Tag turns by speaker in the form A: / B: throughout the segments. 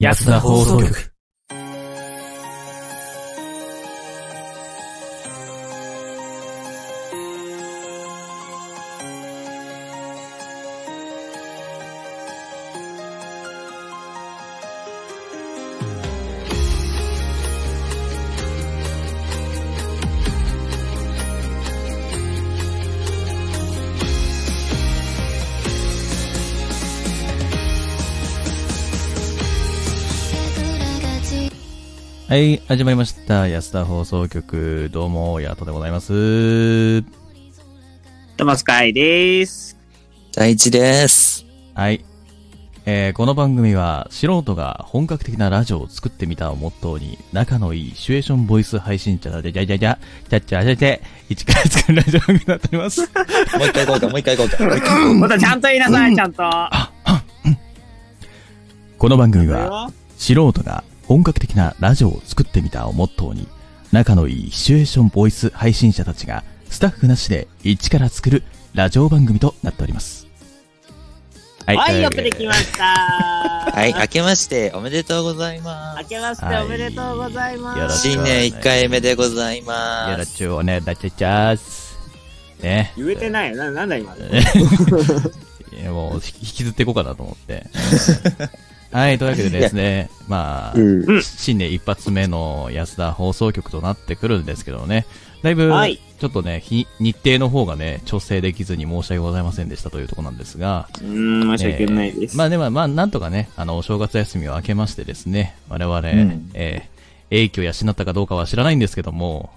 A: 安田放送局。はい、始まりました。安田放送局、どうも、ヤトでございます。
B: トマスカイです。
C: 大地です。
A: はい。えーこの番組は、素人が本格的なラジオを作ってみたをモットーに、仲のいいシチュエーションボイス配信者だで、じゃじゃじゃ、じゃじゃじゃじゃ、一から作るラジオ番組になっております。
C: もう一回行こうか、もう一回行こうか。
B: またちゃんと言いなさい、ちゃんと。
A: この番組
B: これ
A: は、
B: は
A: 素人が本格的なラジオを作ってみたをモットーに、仲のいいシチュエーションボイス配信者たちが、スタッフなしで一から作るラジオ番組となっております。は
B: はい、よくできました。は
C: はい、明けましておめでとうございま
B: 明けまして
A: はい
B: おめでとうございます。
A: よろ
C: す。
A: しく
C: 新年1回目でござい
A: よろ
C: ます。
A: しくお願いいたします。ね。
B: 言えてないよ。な、なんだ今の。
A: いやもう、引き引きずっていこうかなと思って。はい、というわけでですね、まあ、
C: うん。
B: うん
A: 新年一発目の安田放送局となってくるんですけどね、だいぶ、
B: はい
A: ちょっとね、日日程の方がね、調整できずに申し訳ございませんでしたというところなんですが、
B: うーん、申し訳ないです。
A: えーまあでも、まあ、なんとかね、あの、お正月休みを明けましてですね、我々、
C: ん
A: えー、影響養ったかどうかは知らないんですけども、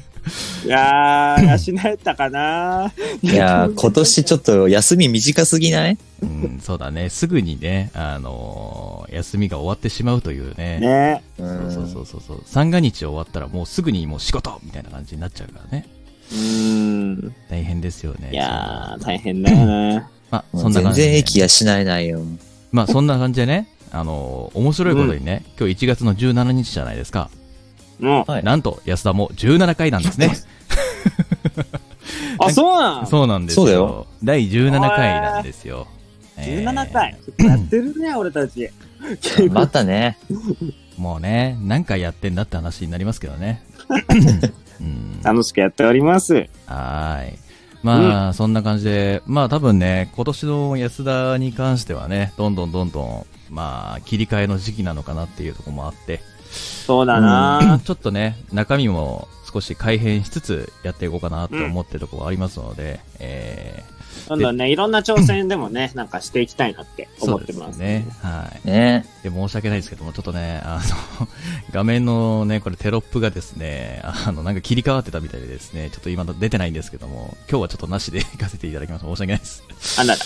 B: いやー、養えたかない
C: やー、今年ちょっと休み短すぎない
A: うん、そうだね。すぐにね、あのー休みが終わってしまうというね。
B: ね
C: う。
A: そうんそうそうそうそう。三が日終わったらもうすぐにもう仕事みたいな感じになっちゃうからね。
B: うーん。
A: 大変ですよね。
B: いやー、大変だよな。
A: そうまあ、
C: もう
A: そんな
C: 全
A: 感じで、
C: 然
A: ね。
C: 駅やしないないよ。
A: まあ、そんな感じでね、あのー面白いことにね、今日1月の17日じゃないですか。
B: もう。
C: はい
A: なんと、安田も17回なん ですね。
B: あ、そうなの
A: そうなんですよ。
C: そうだよ
A: 第17回なんですよ。えー
B: ?17 回。ちょっとやってるね、俺たち。
C: またね。
A: もうね、何回やってんだって話になりますけど ね。うん
B: 楽しくやっております。
A: はーい。まあ、そんな感じで、まあ多分ね、今年の安田に関してはね、どんどんどんどん、まあ、切り替えの時期なのかなっていうところもあって、
B: そうだな
A: ちょっとね、中身も少し改変しつつやっていこうかなと思ってるところありますので、え
B: どんどんね、いろんな挑戦でもね、なんかしていきたいなって
A: ー、
B: 思
A: そう
B: って
A: で
B: ますす。
A: ね。はい。
C: ね。
A: で、申し訳ないですけども、ちょっとね、あの、 画面のね、これテロップがですね、あの、なんか切り替わってたみたいでですね、ちょっと今出てないんですけども、今日はちょっとなしで行かせていただきます。申し訳ないです。
B: あら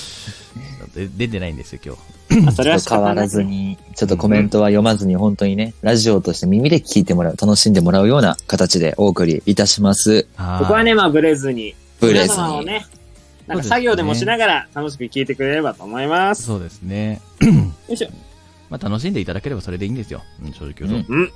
A: で出てないんですよ、今日。
B: ら、あそれは仕
C: 変
B: 方な
C: わ
B: い
C: らずに、ちょっとコメントは読まずに、本当にね、ラジオとして耳で聞いてもらう、楽しんでもらうような形でお送りいたします。
A: あー
B: ここはね、まあ、ブレずに。
C: ブレ
B: 皆
C: ず
B: 様を
C: に。
B: ね、なんか作業でもしながら楽しく聞いてくれればと思います。
A: そうですね。
B: よいしょ。
A: まあ、楽しんでいただければそれでいいんですよ。うん、正直言うと。
C: うん
B: うん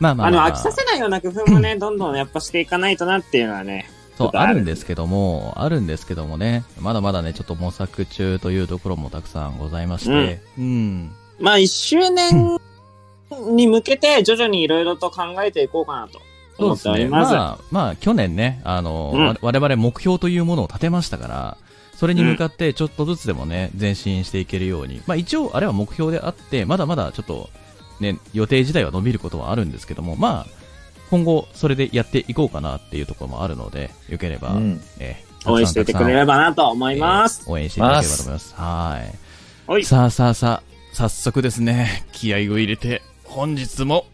A: まあまあ
B: あ
A: ま
B: の、
A: あ、
B: 飽きさせないような工夫もね、どんどんやっぱしていかないとなっていうのはね。
A: そう、
B: ことあ
A: あ
B: る
A: るんですけども、あるんですけどもね、まだまだね、ちょっと模索中というところもたくさんございまして、うん。
B: まあ、一周年に向けて徐々にいろいろと考えていこうかなと
A: そうで
B: 思って
A: す
B: おり
A: ね。
B: ます。
A: まあ、まあ、去年ね、あの、
B: うん
A: わ我々目標というものを立てましたから、それに向かってちょっとずつでもね、前進していけるように。まあ一応、あれは目標であって、まだまだちょっと、ね、予定自体は伸びることはあるんですけども、まあ、今後、それでやっていこうかなっていうところもあるので、よければ、
C: うん。
A: えー
B: 応援しててくれればなと思います。
A: えー応援していただければと思います。はい。
B: はい。
A: さあさあさあ、早速ですね、気合を入れて、本日も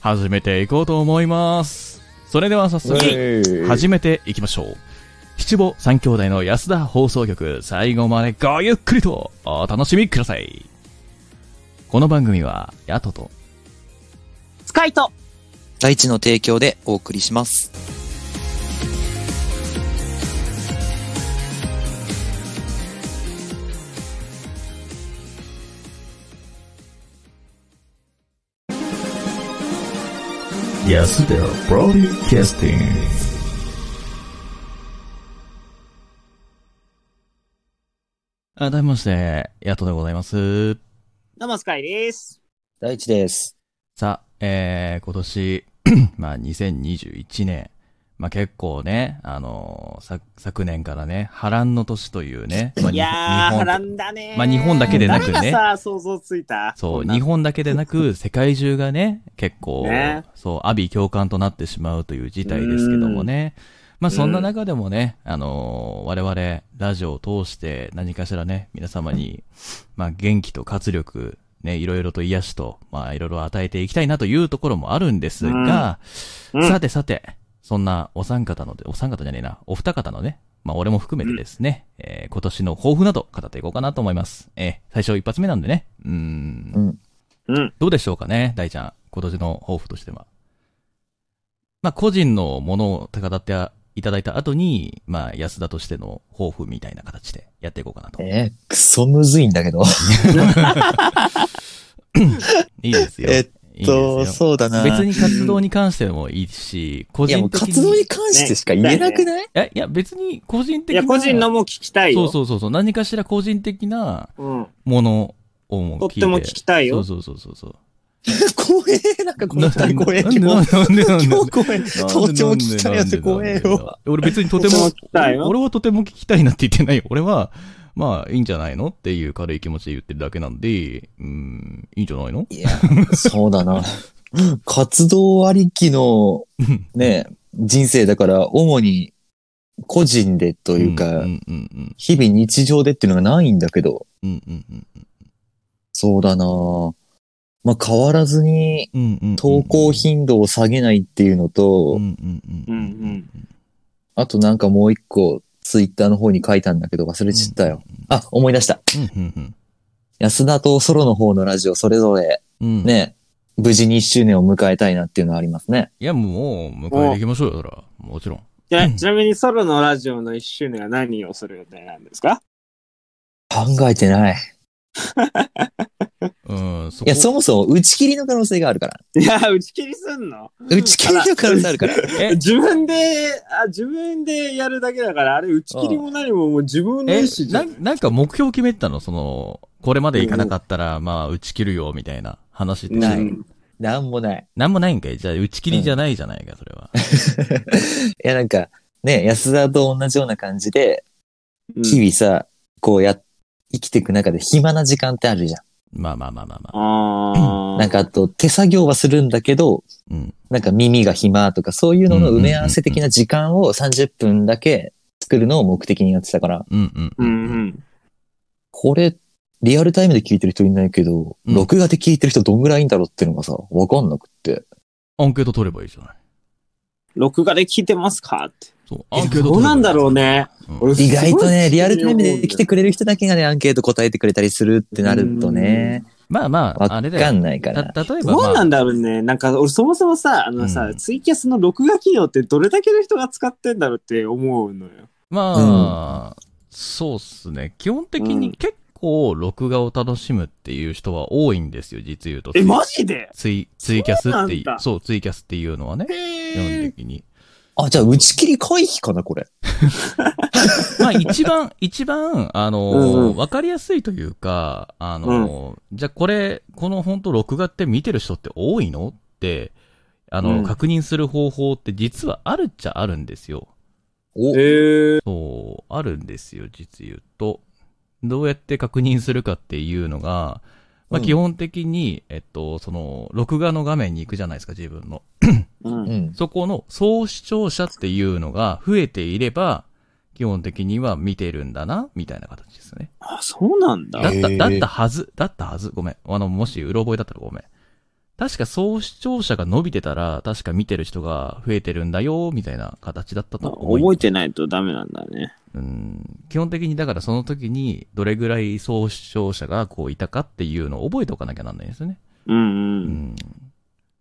A: 始めていこうと思います。それでは早速、始めていきましょう。七五三兄弟の安田放送局、最後までごゆっくりとお楽しみください。この番組は、ヤトと、
B: スカイト
C: 大地の提供でお送りします。
D: 安田プロデューキャスティング。
A: 改めまして、ヤトでございます。
B: どうも、スカイです。
C: 大地です。
A: さあ、えー、今年、 まあ、2021年。まあ、結構ね、あのーさ、昨年からね、波乱の年という ね。まあ、
B: いやー、
A: 日
B: 波
A: 本
B: 乱だねー。
A: まあ日本だけでなくね
B: 誰がさ、想像ついた
A: そう、
B: こんな
A: 日本だけでな く、世界中がね、結構、
B: ね
A: そう、アビ共感となってしまうという事態ですけどもね。まあそんな中でもね、あのー我々、ラジオを通して何かしらね、皆様に、まあ元気と活力、ね、いろいろと癒しと、まあいろいろ与えていきたいなというところもあるんですが、
B: うん
A: さてさて、そんなお三方ので、お三方じゃねえな、お二方のね、まあ俺も含めてですね、えー今年の抱負など語っていこうかなと思います。えー最初一発目なんでね、うーん
C: う、ん。
B: うん。
A: どうでしょうかね、大ちゃん。今年の抱負としては。まあ、個人のものを語っていただいた後に、まあ、安田としての抱負みたいな形でやっていこうかなと。
C: えー、クソむずいんだけど。
A: いいですよ。
C: えっ
A: いい
C: と、
A: ですよ。
C: そうだな。
A: 別に活動に関してもいいし、個
C: いやも
A: 人
C: う
A: 的に。
C: 活動に関してしか言えなくない、
A: えいや、別に個人
B: い
A: 的な。
B: や、個人のも聞きたい
A: そ
B: よ。
A: うそうそうそう。何かしら個人的な
B: う。うん。
A: ものをも聞いて。
B: とっても聞きたいよ
A: そうそうそうそう。
C: 光栄なんかこの二人光栄
A: な
C: 今日。今
A: なんでなんでなんで
C: 日光栄。とっても聞きたいやつ光栄よ。。
A: 俺別にとて
B: とても
A: も
B: 聞きたい、よ
A: 俺はとても聞きたいなんて言ってないよ。俺は、まあいいんじゃないのっていう軽い気持ちで言ってるだけなんで、うん、いいんじゃないの
C: いや、そうだな。活動ありきの
A: うん、
C: ね、人生だから、主に個人でと
A: と
C: いうか、
A: うんうんうん
C: 日々日常でっていうのがないんだけど、
A: うんうんうん
C: そうだなまあ、変わらずに、
A: うんうんうん。
C: 投稿頻度を下げないっていうのと、
A: うんうんうんうん
C: あとなんかもう一個、ツイッターの方に書いたんだけど忘れちったよ。。あ、思い出した。
A: うんうんうん
C: 安田とソロの方のラジオそれぞれ、
A: うん。ね。
C: ね、無事に1周年を迎えたいなっていうのはありますね。
A: いや、もう、迎えていきましょうよ、そら。もちろん。
B: じゃあちなみにソロのラジオの一周年は何をする予定なんですか
C: 考えてない。
A: うん、そこ
C: いや、そもそも打ち切りの可能性があるから。
B: いや、打ち切りすんの
C: 打ち切りの可能性あるから。
A: え、
B: 自分で、あ、自分でやるだけだから、あれ打ち切りも何ももう自分の意
A: え
B: 思じゃ。
A: なんなんか目標決めてたのその、これまでいかなかったら、まあ、打ち切るよ、みたいな話って。
C: ない
B: うん
C: なんもない。
A: なんもないんかいじゃあ、打ち切りじゃないじゃないか、それは。
C: いや、なんか、ね、安田と同じような感じで、
B: うん
C: 日々さ、こうや、生きていく中で暇な時間ってあるじゃ
A: まあまあまあまあまあ。
B: あ
C: ん。
B: あ。
C: なんか、あと、手作業はするんだけど、
A: うん。
C: なんか耳が暇とか、そういうのの埋め合わせ的な時間を30分だけ作るのを目的にやってたから、
A: うんう。
B: うんん
A: う。
B: うんん。
C: これ、リアルタイムで聞いてる人いないけど、
A: うん
C: 録画で聞いてる人どんぐらいいんだろうっていうのがさ、わかんなくって。
A: アンケート取ればいいじゃない。
B: 録画で聞いてますかって。
A: そう。ア
B: え
A: ンケート取ればいい。
B: どうなんだろう。ね。
A: うん
B: 俺
C: 意外とね、
B: すごい
C: リアルタイムで来てくれる人だけがね、アンケート答えてくれたりするってなるとね、
A: まあま
C: わ
A: あ、あ
C: か
A: れだよ。
C: んないか
A: た
C: ら。
A: 例えば、
B: どうな
A: まあ
B: ん、だろうね。なんか、俺そもそもさ、あのさ、
A: うん
B: ツイキャスの録画機能ってどれだけの人が使ってんだろうって思うのよ。
A: まあ、そうっすね。基本的
B: う
A: に
B: ん
A: 結構、録画を楽しむっていう人は多いんですよ、実言うと。
B: え、マジで
A: ツイ、ツイキャスってい
B: そうなんだ
A: う、そう、ツイキャスっていうのはね、基本
B: へ
A: 的に。
C: あ、じゃあ打ち切り回避かな、これ。
A: まあ一番、 一番、あのー
B: うんうん
A: わかりやすいというか、あのーじゃあこれ、この本当録画って見てる人って多いのって、あの、
B: うん
A: 確認する方法って実はあるっちゃあるんですよ。
C: お、
B: え
A: そう、あるんですよ、実言うと。どうやって確認するかっていうのが、まあ
C: うん
A: 基本的に、えっと、その、録画の画面に行くじゃないですか、自分の。
B: うん
C: うん。
A: そこの総視聴者っていうのが増えていれば、基本的には見てるんだな、みたいな形ですね。
B: あ、そうなんだ。
A: だった、
C: へー
A: だったはず、だったはず、ごめん。あの、もし、うろ覚えだったらごめん。確か総視聴者が伸びてたら、確か見てる人が増えてるんだよ、みたいな形だったと思い
B: 覚えてないとダメなんだね。
A: うん。基本的に、だからその時に、どれぐらい総視聴者がこういたかっていうのを覚えておかなきゃなんないですね。
B: うん
A: う
B: うん。
A: ん。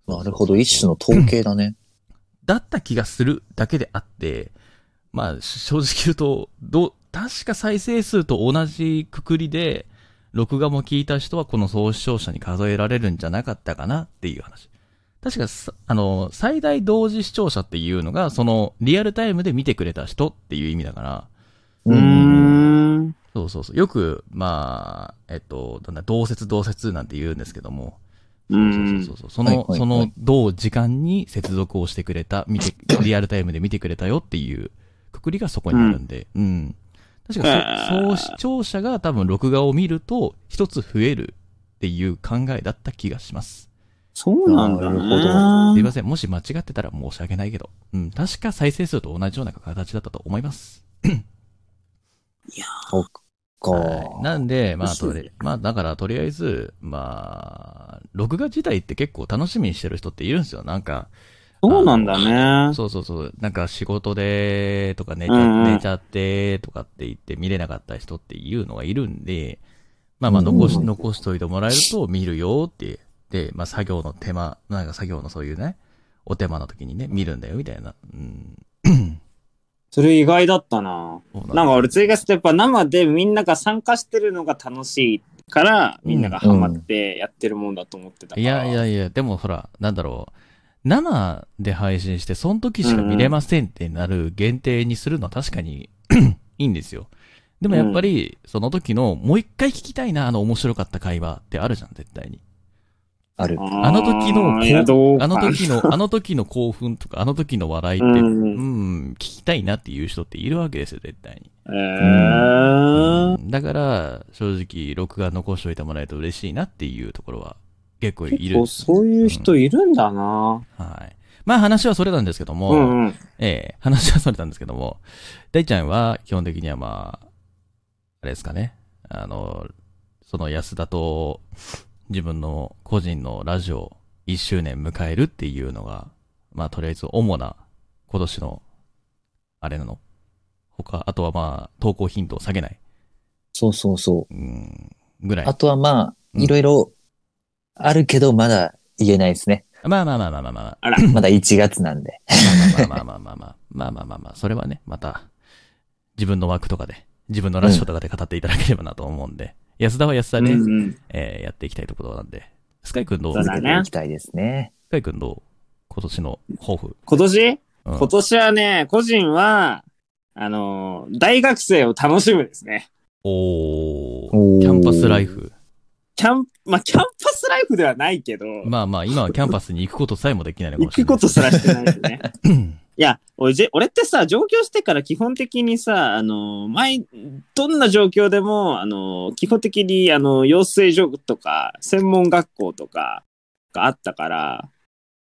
C: なるほど、一種の統計だね。
A: だった気がするだけであって、まあ、し正直言うと、どう、確か再生数と同じくくりで、録画も聞いた人はこの総視聴者に数えられるんじゃなかったかなっていう話。確かさ、あの、最大同時視聴者っていうのが、その、リアルタイムで見てくれた人っていう意味だから、
B: うーん。
A: そうそうそう。よく、まあ、えっと、なんだ、同説同説なんて言うんですけども、
B: うん
A: そうそうそうその、
C: はいはいはい
A: その、同時間に接続をしてくれた、見て、リアルタイムで見てくれたよっていう、くくりがそこになるんで、うん。確か
B: う
A: そ、
B: わー
A: そう視聴者が多分録画を見ると、一つ増えるっていう考えだった気がします。
B: そうなんだね。
E: なるほ
A: すいません、もし間違ってたら申し訳ないけど、うん、確か再生数と同じような形だったと思います。
C: こ
A: はい。なんで、まあ、
B: そう
A: と
B: です
A: り、まあ、だから、とりあえず、まあ、録画自体って結構楽しみにしてる人っているんですよ。なんか、
B: そうなんだね。
A: そうそうそう。なんか仕事で、とか寝ち
B: う
A: ゃ
B: んうん
A: 寝ちゃって、とかって言って見れなかった人っていうのがいるんで、まあまあ残し、残しといてもらえると見るよって。で、まあ作業の手間、なんか作業のそういうね、お手間の時にね、見るんだよ、みたいな。うん。
B: それ意外だったな。
A: そうだ
B: なんか俺追加してやっぱ生でみんなが参加してるのが楽しいから、みんながハマってやってるもんだと思ってたから。
A: いやいやいや、でもほら、なんだろう。生で配信して、その時しか見れませんってなる限定にするのは確かに いいんですよ。でもやっぱり、その時の、もう一回聞きたいな、あの面白かった会話ってあるじゃん、絶対に。
C: ある。
B: ー。
A: あの時の
B: いや
A: こ
B: どう
A: う、
B: か
A: あの時 の、あの時の興奮とか、あの時の笑いって、う
B: うんん、
A: 聞きたいなっていう人っているわけですよ、絶対に。
B: えー。
A: だから、正直、録画残しておいてもらえると嬉しいなっていうところは、結構いるんですよ
B: おそういう人いるんだな。
A: はい。まあ話はそれなんですけども、
B: うんうん。
A: ええ話はそれなんですけども、大ちゃんは基本的にはまあ、あれですかね、あの、その安田と自分の個人のラジオ1周年迎えるっていうのが、まあとりあえず主な今年の、あれなの。他、あとはまあ投稿頻度を下げない、
C: そうそうそう
A: うーん、ぐらい。
C: あとはまあ、
A: うん
C: いろいろあるけど、まだ言えないですね。
A: まあまあまあまあまあまあまあ、
C: まだ1月なんで。
A: まあまあまあまあまあ、まあまあまあまあ、それはね、また、自分の枠とかで、自分のラジオとかで語っていただければなと思うんで、安田は安田
B: うん
A: で、
B: うん。
A: えーやっていきたいところなんで、スカイ君どう
B: そう
A: ス
B: だ
A: カ
C: 続け
B: ね
C: ていきたいですね。
A: イ君どう今年の抱負。
B: 今年
A: うん
B: 今年はね、個人は、あのー、大学生を楽しむですね。
A: おー、
C: おー
A: キャンパスライ。フ。
B: キャン、まあ、キャンパスライフではないけど、
A: まあまあ、今はキャンパスに行くことさえもできないのか
B: 行
A: もしれ
B: く
A: ない。
B: ことすらしてないです ね。いや、俺じ、俺ってさ、上京してから基本的にさ、あのー、前、どんな状況でも、あのー、基本的に、あのー、養成所とか、専門学校とかがあったから、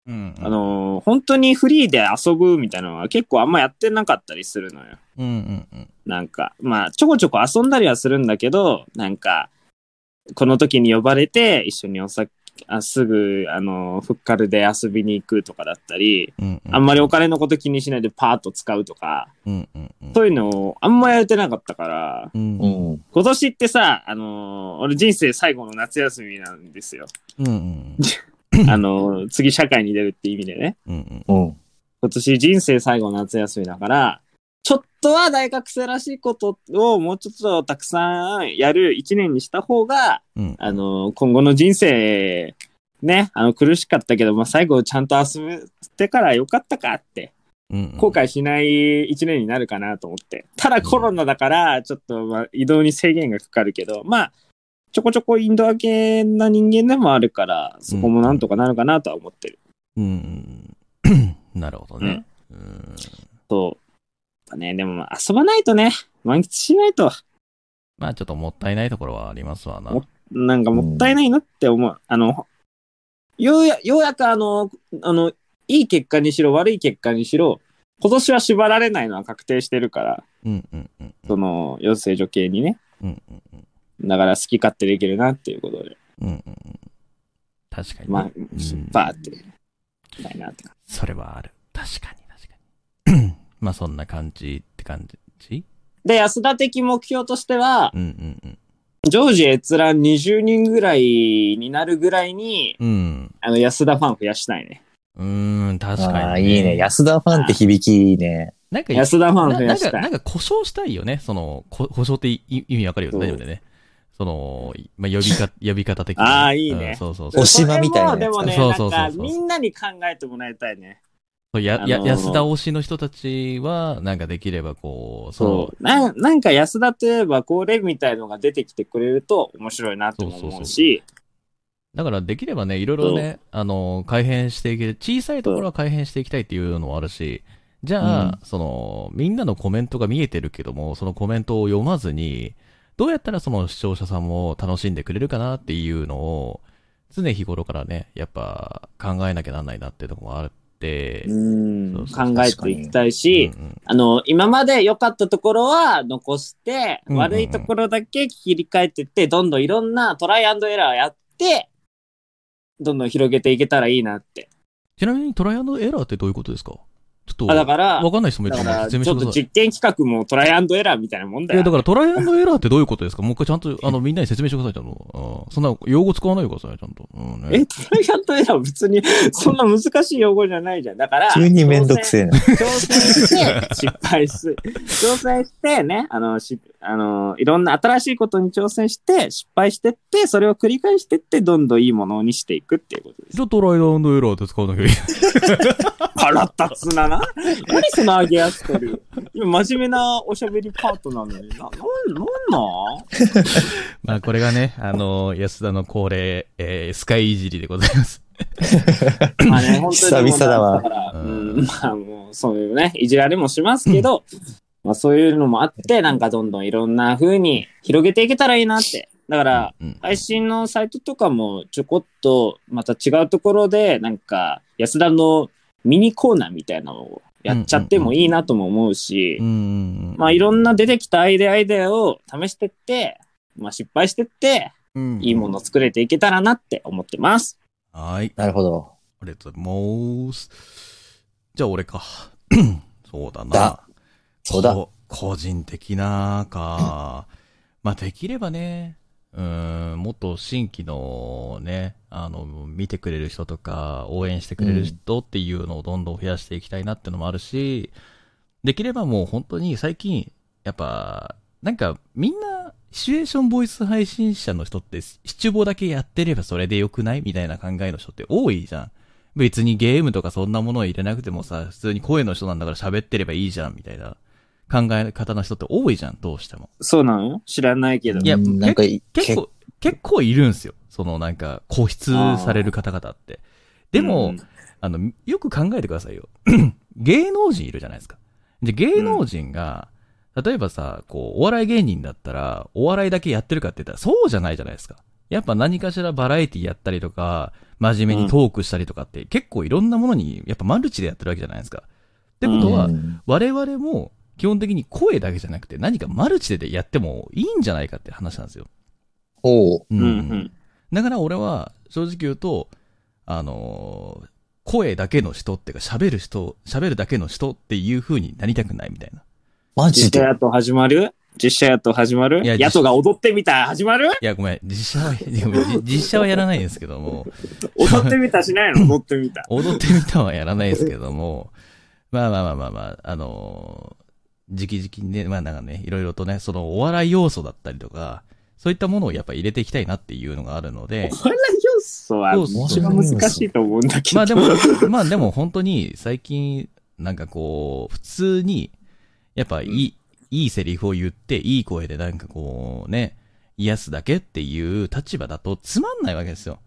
A: うん。
B: あのー、本当にフリーで遊ぶみたいなのは結構あんまやってなかったりするのよ。
A: うんうんうん。
B: なんか、まあ、ちょこちょこ遊んだりはするんだけど、なんか、この時に呼ばれて、一緒にお酒、あすぐ、あの、フッカルで遊びに行くとかだったり、
A: うんうん。
B: あんまりお金のこと気にしないでパーッと使うとか、
A: うんうんうん。
B: そういうのをあんまやれてなかったから、
A: うん
C: う
A: うん
C: ん。
B: 今年ってさ、あの、俺人生最後の夏休みなんで すよ。
A: うん
B: あの、次社会に出るって意味でね。
A: うん。
C: うん。
B: 今年人生最後の夏休みだから、ちょっとは大学生らしいことをもうちょっとたくさんやる一年にした方が、
A: うん。
B: あの、今後の人生、ね、あの、苦しかったけど、まあ、最後ちゃんと遊べてからよかったかって、
A: うん。
B: 後悔しない一年になるかなと思って。ただコロナだから、ちょっと、まあ、移動に制限がかかるけど、まあ、ちょこちょこインドア系な人間でもあるから、そこもなんとかなるかなとは思ってる。
A: うんうん。なるほどね。うん。
B: そう。やっぱね、でもまあ遊ばないとね、満喫しないと、
A: まあちょっともったいないところはありますわな。
B: もなんかもったいないなって思う。あの、ようや、ようやくあの、あの、いい結果にしろ、悪い結果にしろ、今年は縛られないのは確定してるから、
A: うんうんうんうん。
B: その、養成所系にね。
A: うんうんうん。
B: だから好き勝手できるなっていうことで、
A: うんうんうん。確かにね。
B: まあ
A: うん、
B: バーって、みたいなって感
A: それはある。確かに確かに。 まあそんな感じって感じ
B: じ。で、安田的目標としては、
A: うんうん
B: ジョージ閲覧20人ぐらいになるぐらいに、
A: うん。
B: あの、安田ファン増やしたいね。
A: うん。うーん、確
C: あ
A: か
C: あ、
A: に、
C: いいね。安田ファンって響きいいね。
A: なんか、
B: 安田ファン
A: な
B: 増
A: な
B: や
A: ん
B: し
A: か、
B: たい
A: な。んか故障したいよね。その、こ故障っていい意味わかるよね。
B: そう
A: 大丈夫だよね。その、まあ、呼び か、呼び方的に。
B: ああいいね
A: うんそうそうそう
C: 推。し間みたいなやつ
B: でもね、
A: そうそうそうそう
B: なんか、みんなに考えてもらいたいね。
A: そうや、や、
B: あのー
A: 安田推しの人たちは、なんかできればこう、その、
B: う。なんなんか、安田といえば、これみたいのが出てきてくれると面白いなとも
A: そうそう
B: 思
A: そう
B: うし、
A: だからできればね、いろいろね、あの、改変していける、小さいところは改変していきたいっていうのもあるし、じゃあ、その、みんなのコメントが見えてるけども、そのコメントを読まずに、どうやったらその視聴者さんも楽しんでくれるかなっていうのを、常日頃からね、やっぱ考えなきゃなんないなっていうところもあって、
B: うん
A: そうそう
B: 考えていきたいし、
A: うんうん
B: あの、今まで良かったところは残して、
A: うんうんうん
B: 悪いところだけ切り替えてって、どんどんいろんなトライアンドエラーやって、どんどん広げていけたらいいなって。
A: ちなみにトライアンドエラーってどういうことですかちょっと、
B: あ
A: わ
B: だから、
A: かんない人もいる
B: だ
A: か
B: からら、ち
A: 説
B: ょ
A: 明してく
B: っと
A: ださい。
B: 実験企画もトライアンドエラーみたいなもんだ
A: いや、
B: よ
A: だ。からトライアンドエラーってどういうことですかもう一回ちゃんと、 あの、みんなに説明してください、ちゃんと。うんそんな、用語使わないでください、ちゃんと。うんね
B: え、トライアンドエラーは別に、そんな難しい用語じゃないじゃん。だから、
C: 急にめんどくせえな。
B: 挑戦。挑戦して、失敗する。挑戦してね、あの、し、あの、いろんな新しいことに挑戦して、失敗してって、それを繰り返してって、どんどんいいものにしていくっていうこと です。
A: じゃあトライアンドエラーって使わなきゃいけない。
B: 腹立つなな。何その上げ足取る。今、真面目なおしゃべりパートなのに。な、なん、なんなん
A: まあ、これがね、あ の、安田の恒例、えースカイいじりでございます。
B: まあね、本当に。
C: 久々だわ
B: からう
A: うん
B: ん、まあもう、そういうね、いじられもしますけど、まあそういうのもあって、なんかどんどんいろんな風に広げていけたらいいなって。だから、
A: うん
B: 配信のサイトとかもちょこっと、また違うところで、なんか、安田のミニコーナーみたいなのをやっちゃってもいいなとも思うし
A: う、ん。
B: まあいろんな出てきたアイデアアイデアを試してって、まあ失敗してって、
A: うん
B: いいものを作れていけたらなって思ってます。
A: はい。
C: なるほど。
A: ありがとうございます。じゃあ、俺か。 そうだな。
C: だそうだ
A: こ個人的なか。まあ、できればね、うーん、もっと新規のね、あの、見てくれる人とか、応援してくれる人っていうのをどんどん増やしていきたいなってのもあるし、できればもう本当に最近、やっぱ、なんかみんな、シチュエーションボイス配信者の人って、シチュボだけやってればそれでよくないみたいな考えの人って多いじゃん。別にゲームとかそんなものを入れなくてもさ、普通に声の人なんだから喋ってればいいじゃんみたいな考え方の人って多いじゃん、どうしても。
B: そうなの知らないけど。
A: いや
C: うんなんかい、
A: 結構、結構いるんすよ。そのなんか、固執される方々って。でも、
B: うん
A: あの、よく考えてくださいよ。 芸能人いるじゃないですか。で、芸能人が、例えばさ、こう、お笑い芸人だったら、お笑いだけやってるかって言ったら、そうじゃないじゃないですか。やっぱ何かしらバラエティやったりとか、真面目にトークしたりとかって、結構いろんなものに、やっぱマルチでやってるわけじゃないですか。ってことは、
C: うん
A: 我々も基本的に声だけじゃなくて何かマルチでやってもいいんじゃないかって話なんですよ。
C: ほ
A: う
B: うんうん。
A: だから俺は正直言うと、あのー声だけの人っていうか喋る人、喋るだけの人っていう風になりたくないみたいな。
C: う。マジ
B: 実写
C: で。
B: やと始まる実写やと始まる
A: いや
B: やとが踊ってみた始まる
A: いや、ごめん、実写は、 ごめんじ実写はやらないですけども、。
B: 踊ってみたしないの踊ってみた
A: 踊ってみたはやらないですけども、まあまあまあまあまあ、あのー、じきじきにね、まあなんかね、いろいろとね、そのお笑い要素だったりとか、そういったものをやっぱ入れていきたいなっていうのがあるので、
B: これの要素は、
A: 要
B: 一
A: 素
B: 番難しいと思うんだけ ど。
A: まあで も、まあでも本当に最近、なんかこう、普通に、やっぱいい、いいセリフを言って、いい声でなんかこうね、癒すだけっていう立場だとつまんないわけですよ。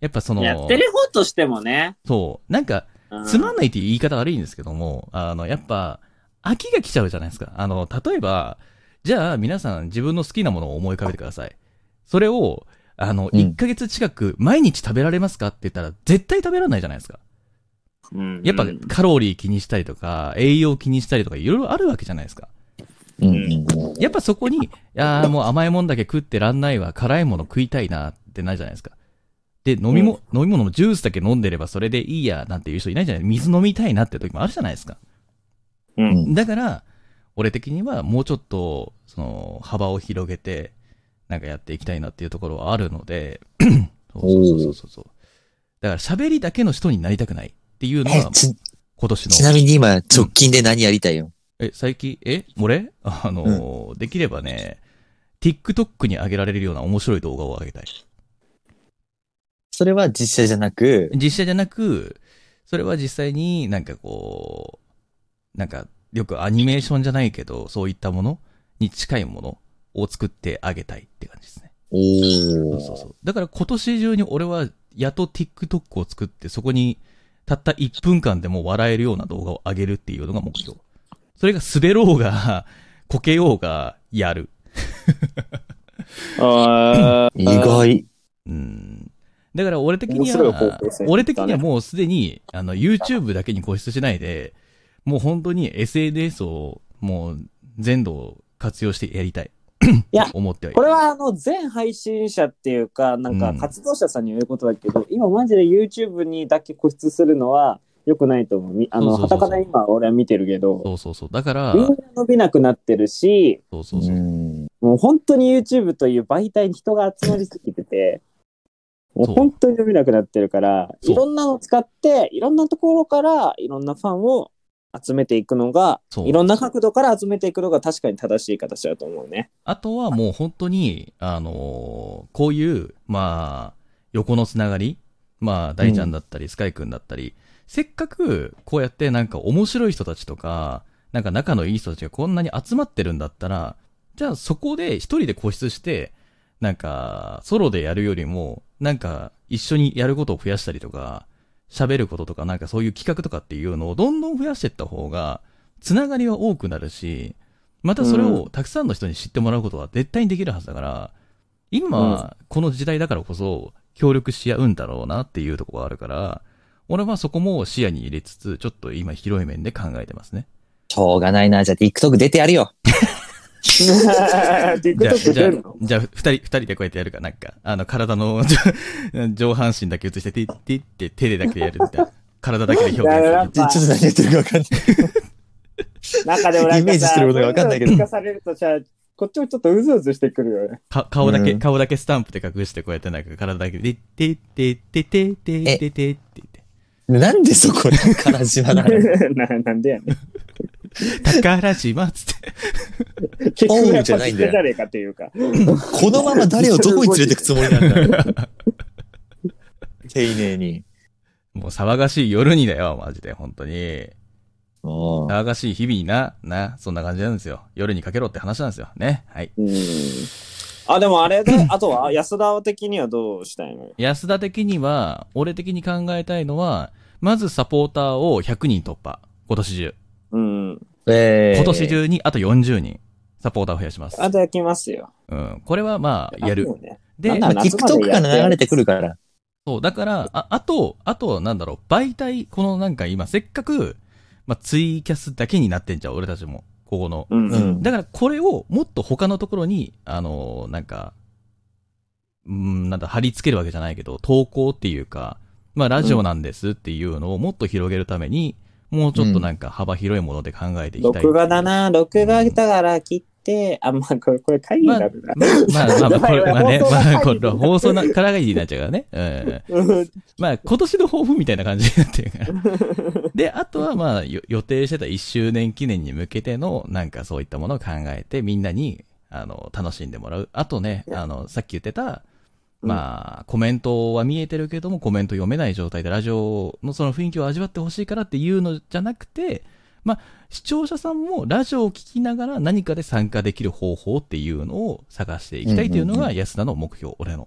A: やっぱそ
B: いや、
A: の
B: テ、レフォーとしてもね。
A: そう、なんか、
B: うん
A: つまんないっていう言い方悪いんですけども、あの、やっぱ、飽きが来ちゃうじゃないですか。あの、例えば、じゃあ皆さん自分の好きなものを思い浮かべてください。それを、あの、
C: うん
A: 1ヶ月近く毎日食べられますかって言ったら、絶対食べられないじゃないですか。
B: うん
A: やっぱ
B: うん
A: カロリー気にしたりとか、栄養気にしたりとか、いろいろあるわけじゃないですか。
C: うんうんうん
A: やっぱそこ に、ああ、もう甘いもんだけ食ってらんないわ、辛いもの食いたいなってなるじゃないですか。で、飲みも、飲み物もジュースだけ飲んでればそれでいいや、なんていう人いないじゃない水飲みたいなって時もあるじゃないですか。
B: うん
A: だから、俺的にはもうちょっと、その、幅を広げて、なんかやっていきたいなっていうところはあるので、そうそうそうそうそう。だから喋りだけの人になりたくないっていうの
C: え
A: が、
C: ち、
A: 今年の。
C: ちなみに今、直近で何やりたいよ。
A: え、最近、え俺あのー、できればね、TikTok に上げられるような面白い動画を上げたい。
C: それは実写じゃなく、
A: 実写じゃなく、それは実際になんかこう、なんかよくアニメーションじゃないけど、そういったものに近いものを作ってあげたいって感じですね。
C: お
A: そ
C: ー
A: うそうそう。だから今年中に俺はやっと TikTok を作って、そこにたった1分間でも笑えるような動画を上げるっていうのが目標。それが滑ろうが、こけようが、やる。
B: あー
C: 意外。
A: うん。だから俺的に
B: 面白い方
A: は
B: 向性、
A: 俺的にはもうすでに、あの、YouTube だけに固執しないで、もう本当に SNS をもう全土活用してやりたい。
B: いや
A: 思ってはいる
B: これはあの、全配信者っていうか、なん
A: う
B: か
A: ん
B: 活動者さんに言うことだけど、今マジで YouTube にだけ固執するのは良くないと思う。みあの、
A: そうそうそう
B: は
A: そう
B: たから今俺は見てるけど、
A: そうそうそう。だから、
B: みんな伸びなくなってるし、
A: そうそう
C: う
A: そう。
C: ん。
B: もう本当に YouTube という媒体に人が集まりすぎて て、もう
A: そう
B: 本当に伸びなくなってるから、
A: そう
B: いろんなの使って、いろんなところからいろんなファンを集めていくのが、
A: そう
B: いろんな角度から集めていくのが確かに正しい形だと思うね。
A: あとはもう本当に、あのーこういう、まあ、横のつながり、まあ、大ちゃんだったり、スカイくんだったり、せっかく、こうやってなんか面白い人たちとか、なんか仲のいい人たちがこんなに集まってるんだったら、じゃあそこで一人で固執して、なんか、ソロでやるよりも、なんか、一緒にやることを増やしたりとか、喋ることとか、なんかそういう企画とかっていうのをどんどん増やしていった方が、つながりは多くなるし、またそれをたくさんの人に知ってもらうことは絶対にできるはずだから、今、この時代だからこそ、協力し合うんだろうなっていうところがあるから、俺はそこも視野に入れつつ、ちょっと今広い面で考えてますね。
C: しょうがないな。じゃあ TikTok 出てやるよ。
A: じゃあ、
B: TikTok
A: じゃ
B: 出
A: あ
B: るの、
A: じゃあ、二人、二人でこうやってやるか、なんか、あの、体の上半身だけ映して、て、て、て、手でだけやるみたいな。体だけで表現する。
C: ちょっと何言ってるかわかん
B: 中
C: ない。
B: でもなんかさ
C: イメージしてることがわかんないけど
B: そううの聞かされるとじゃあこっちもちょっとうずうずしてくるよね。
A: か顔だけ、
C: うん
A: 顔だけスタンプで隠して、こうやってなんか体だけで、て、て、て、て、て、て、て、て、て、
C: なんでそこにからじわな の
B: ななんでやねん。
A: 宝島っつって。
B: 結局やっ
C: じゃ
B: ぱ
C: ない
B: 実
C: んだよ
B: 家じゃねえかっていうか。
C: このまま誰をどこに連れてくつもりなん だ丁寧に。
A: もう騒がしい夜にだよ、マジで、本当に。
C: もう
A: 騒がしい日々にな、な、そんな感じなんですよ。夜にかけろって話なんですよ。ね。はい。
B: うんあ、でもあれで、あとは安田的にはどうしたいの
A: 安田的には、俺的に考えたいのは、まずサポーターを100人突破。今年中。
B: うん。
C: えー
A: 今年中にあと40人、サポーターを増やします。
B: あと焼きますよ。
A: うん。これはまあ、やる
B: あ。もうね
A: で、
B: なんだ
C: まあ TikTok が流れてくるから。
A: そう、だから、あ、あと、あと、なんだろう、媒体、このなんか今、せっかく、まあ、ツイキャスだけになってんじゃん、俺たちも。ここの。
B: うん。
C: うん。
A: だから、これをもっと他のところに、あのーなんか、うん、なんだ、貼り付けるわけじゃないけど、投稿っていうか、まあ、ラジオなんですっていうのをもっと広げるために、もうちょっとなんか幅広いもので考えていきたい。
B: 録画だな、録画だから切って、あ、まあこれ、これ会議に
A: まあ、
B: な
A: まあ
B: る
A: ま
B: な。、
A: あ、まあ、これ、まあね、
B: 放送が
A: まあ、これ、放送な、からがいいになっちゃうからね。うん。
B: うん
A: まあ、今年の抱負みたいな感じになってるから。 で、あとはまあ、よ予定してた1周年記念に向けての、なんかそういったものを考えて、みんなに、あの、楽しんでもらう。あとね、あの、さっき言ってた、まあ、コメントは見えてるけども、コメント読めない状態で、ラジオのその雰囲気を味わってほしいからっていうのじゃなくて、まあ、視聴者さんもラジオを聞きながら何かで参加できる方法っていうのを探していきたいというの
C: うんうん
A: が安田の目標、俺の。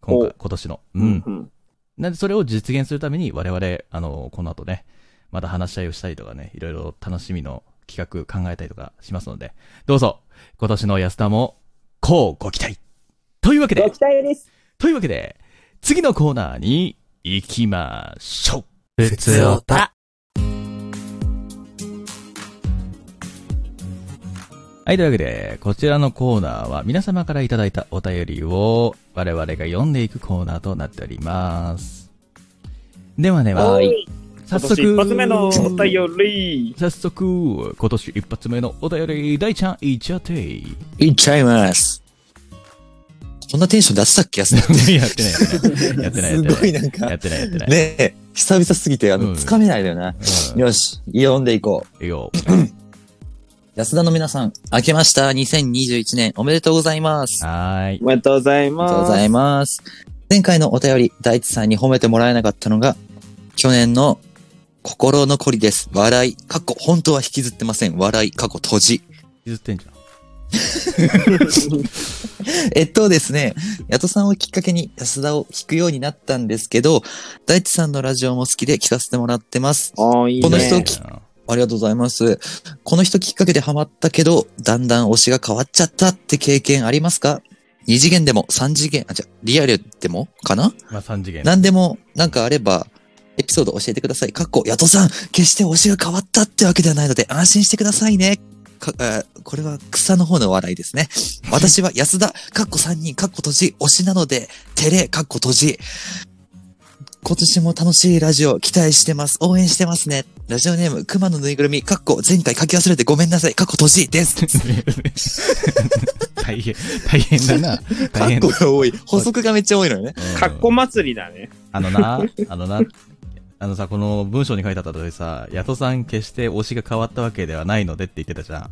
A: 今回、今年の。うん。
B: うん
A: なんでそれを実現するために我々、あの、この後ね、また話し合いをしたりとかね、いろいろ楽しみの企画考えたりとかしますので、どうぞ、今年の安田も、こうご期待というわけ
B: ご
A: で、
B: 期待です。
A: というわけで、次のコーナーに行きましょう普
C: 通おた
A: はい、というわけで、こちらのコーナーは皆様からいただいたお便りを我々が読んでいくコーナーとなっております。ではね、
C: は
A: はいい。
B: 今
A: 早速、
B: 年一発目のお便り。
A: 早速、今年一発目のお便り、大ちゃんいっちゃって。や
C: いっちゃいます。こんなテンション出したっけ安田っ
A: ってないよ
C: て。
A: ね。やってない、やって
C: すご
A: ないい。
C: なん
A: や
C: か、
A: ってない、やってない。
C: ねえ、久々すぎて、あ
A: うん
C: の、つかめないだよな。
A: うん
C: よし、読んでいこう。
A: いいよ。
C: 安田の皆さん、明けました。2021年おめでとうございます。あ
A: はーい。
B: おめでとうござい
C: り
B: ま
C: が
B: す。
C: とうございます。前回のお便り、大地さんに褒めてもらえなかったのが、去年の心残りです。笑い、過去、本当は引きずってません。笑い、過去、閉じ。
A: 譲ってんじゃん。
C: えっとですね、ヤトさんをきっかけに安田を弾くようになったんですけど、大地さんのラジオも好きで聞かせてもらってます。
B: ああ、いいね。
C: この人きありがとうございます。この人きっかけでハマったけど、だんだん推しが変わっちゃったって経験ありますか二次元でも三次元、あ、じゃあリアルでもかな
A: まあ3次元。
C: 何でもなんかあれば、エピソード教えてください。かっこ、ヤトさん、決して推しが変わったってわけではないので、安心してくださいね。か、えーこれは草の方の笑いです ね。私は安田、かっこ3人、かっこ閉じ、推しなので、照れ、かっこ閉じ。今年も楽しいラジオ、期待してます。応援してますね。ラジオネーム、熊のぬいぐるみ、かっこ、前回書き忘れてごめんなさい、かっこ閉じで す。
A: 大変、大変だな。
C: か
A: 大
C: っ
A: 変
C: こ
A: だ。
C: が多い。補足がめっちゃ多いのよね。
A: うん
B: かっこ祭りだね。
A: あのな、あのな、あのさ、この文章に書いてあった通りさ、ヤトさん決して推しが変わったわけではないのでって言ってたじゃん。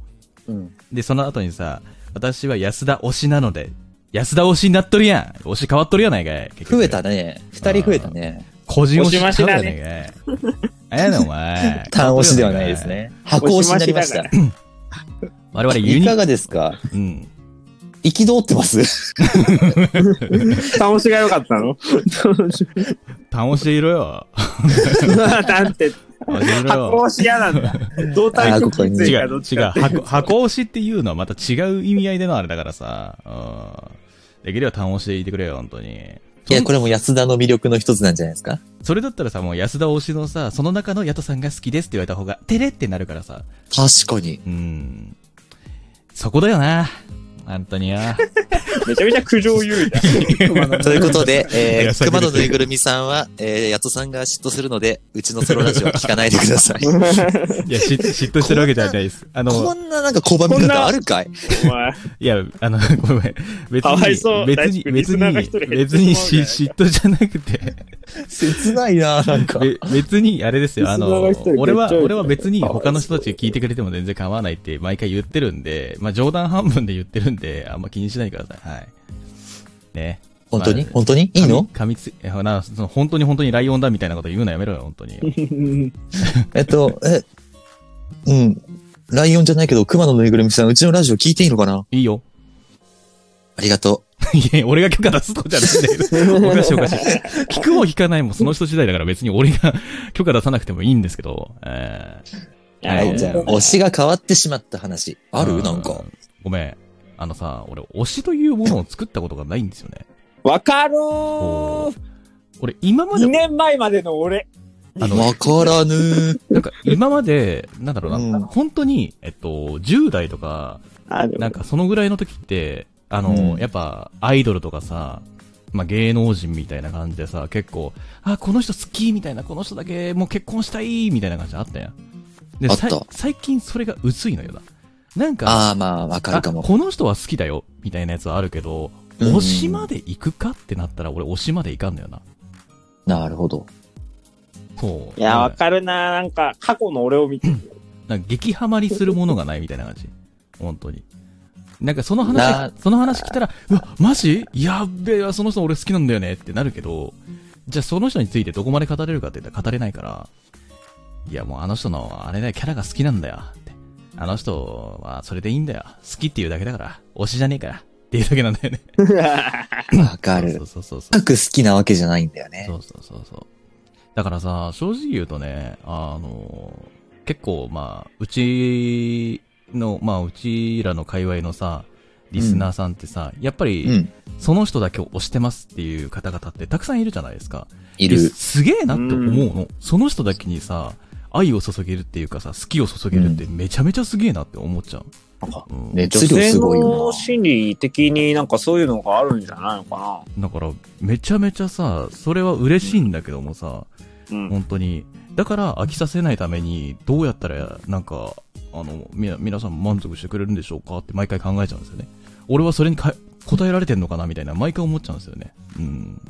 C: うん。
A: で、その後にさ、私は安田推しなので、安田推しになっとるやん推し変わっとるやないかい
C: 増えた。ね。二人増えたね。
A: 個人推しちゃうやないかい。あやねん、お前。
C: 単押しではないです。ね。箱押しになりました
B: 押。
A: 我々ユ
C: い
A: ニ
C: か、がですか
A: うん。
C: 憤ってます
B: 楽しが良かったの
A: 単押しでいろ よ。
B: だっ
A: 単押しでい
B: て、
A: ろ
B: 発
A: よ。
B: 行し嫌なんだ。胴体空気つ
A: 違
B: いた
A: う、
B: どっ
A: 違
B: ち
A: う。
B: かって
A: 箱、箱押しっていうのはまた違う意味合いでのあれだからさ。うん。できれば単押しでいてくれよ、本当に。
C: いや、これも安田の魅力の一つなんじゃないですか
A: それだったらさ、もう安田推しのさ、その中のヤトさんが好きですって言われた方が、てれってなるからさ。
C: 確かに。
A: うん。そこだよな。本当 によ。
B: めちゃめちゃ苦情優位だ。
C: ということ で、え
A: いや
C: ー、
A: 最後
C: 熊
A: です
C: 野ぬいぐるみさんは、えー、ヤトさんが嫉妬するので、うちのソロラジオは聞かないでくださ い。
A: いや、嫉嫉妬してるわけじゃないです。あ
C: こ
A: の、
C: んななんか拒み方あるかい
B: お前
A: いや、あの、 ごめん。別
B: かわい
A: に、
B: そう
A: 別に
B: 大地、君リ
A: 別
B: スナーが一人
A: に、
B: 減ってし
A: 別
B: まうん
A: に
B: じゃない
A: し嫉妬じゃなくて、
C: 切ないななんか。
A: べ別に、あれですよ、あ
B: リスナーが
A: の
B: 一人減っちゃう、
A: 俺は、
B: じゃん
A: 俺は別に他の人たちが聞いてくれても全然構わないって毎回言ってるんで、まあ冗談半分で言ってるんで、あんま気にしないでください。はい。ね。
C: 本当に
A: まあ
C: 本当にいいの
A: 噛みつい、えほな、その本当に本当にライオンだみたいなこと言うのやめろよ、本当に。
C: えっと、え、うん。ライオンじゃないけど、熊野ぬいぐるみさん、うちのラジオ聞いていいのかない
A: いよ。
C: ありがと
A: いや、俺が許可出すとこじゃないん だよ。おかしいおかしい。聞くも聞かないもその人次第だから別に俺が 許可出さなくてもいいんですけど。え
C: う。
A: ー
C: は
A: あの
C: い、じゃあ、推しが変わってしまった話。あ
A: う
C: るなんか。。
A: ごめん。あのさ、俺、推しというものを作ったことがないんですよね。
B: わかる
A: こ
B: ー
A: う俺、今ま
B: !2
A: で、
B: 年前までの俺。
A: あの、
C: わからぬー。
A: なんか今まで、なんだろうな、
C: うん
A: 本当に、えっと、10代とか、
B: あ
A: なんかそのぐらいの時って、あの、
C: うん
A: やっぱアイドルとかさ、まあ、芸能人みたいな感じでさ、結構、あ、この人好きみたいな、この人だけもう結婚したいみたいな感じあったやん。で、
C: あった
A: さい最近それが薄いのよな。なんか、
C: ああ、まあ、わかるか
A: あ
C: も。
A: この人は好きだよみたいなやつはあるけど、
C: うん
A: 推しまで行くかってなったら俺推しまで行かんのよな。
C: なるほど。
A: そう。
B: いや、
A: な
B: わ
A: んか
B: かるななんか、過去の俺を見てる。
A: なんか激ハマりするものがないみたいな感じ。本当に。なんかその
C: な
A: 話、その話来たら、うわ、マジやっべえ、その人俺好きなんだよねってなるけど、じゃあその人についてどこまで語れるかって言ったら語れないから、いやもうあの人の、あれだよ、キャラが好きなんだよって。あの人はそれでいいんだよ。好きっていうだけだから、推しじゃねえから。っていうだけなんだよね。
C: わかる
A: そ。うそうそうそう。
C: 深く好きなわけじゃないんだよね
A: そ。うそうそうそう。だからさ、正直言うとね、あの、結構まあ、うちの、まあ、うちらの界隈のさ、リスナーさんってさ、やっぱ
C: う
A: り、
C: ん。
A: その人だけを推してますっていう方々ってたくさんいるじゃないですか。
C: い
A: で
C: る。
A: すげえなって思うの。その人だけにさ、愛を注げるっていうかさ、好きを注げるってめちゃめちゃすげえなって思っちゃう。うん
C: 熱
B: 女
C: 量
B: 性
C: すごい
B: の
C: よ
B: 心理的になんかそういうのがあるんじゃないのか
A: だから、めちゃめちゃさ、それは嬉しいんだけどもさ、
B: なうん。
A: 本当に。だから飽きさせないために、どうやったら、なんか、あの、みな、皆さん満足してくれるんでしょうかって毎回考えちゃうんですよね。俺はそれにか答えられてんのかなみたいな、毎回思っちゃうんですよね。うん。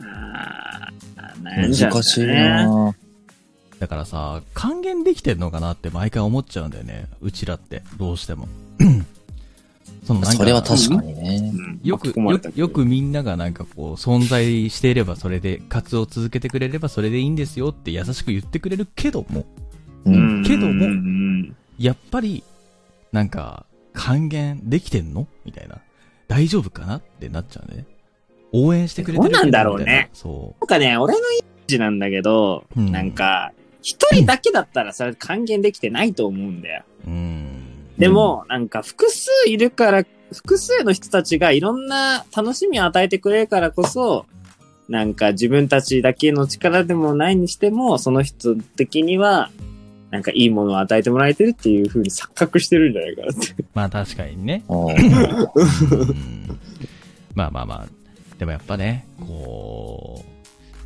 B: あーな
C: な。
B: んじゃ
C: 難しい
B: ね
C: な
A: だからさ、還元できてんのかなって毎回思っちゃうんだよね。うちらって、どうしても。 そのなんか
C: それは確かにね。
B: うん
A: よく、
B: 巻き込ま
A: よ
B: れた
A: く
B: けど
A: よくみんながなんかこう、存在していればそれで、活動を続けてくれればそれでいいんですよって優しく言ってくれるけども、
C: うん。
A: けども
B: うん
A: やっぱり、なんか、還元できてんのみたいな。大丈夫かなってなっちゃうね。応援してくれてるけ
B: どうなんだろうね
A: みたいなそ
B: なんかね、俺のイメージなんだけど、
A: うん
B: なんか、一人だけだったらそれ還元できてないと思うんだよ。
A: う。うん。
B: でも、なんか複数いるから、複数の人たちがいろんな楽しみを与えてくれるからこそ、なんか自分たちだけの力でもないにしても、その人的には、なんかいいものを与えてもらえてるっていう風に錯覚してるんじゃないかなって。
A: まあ確かにね。
C: おー
A: うんまあまあまあ。でもやっぱね、こ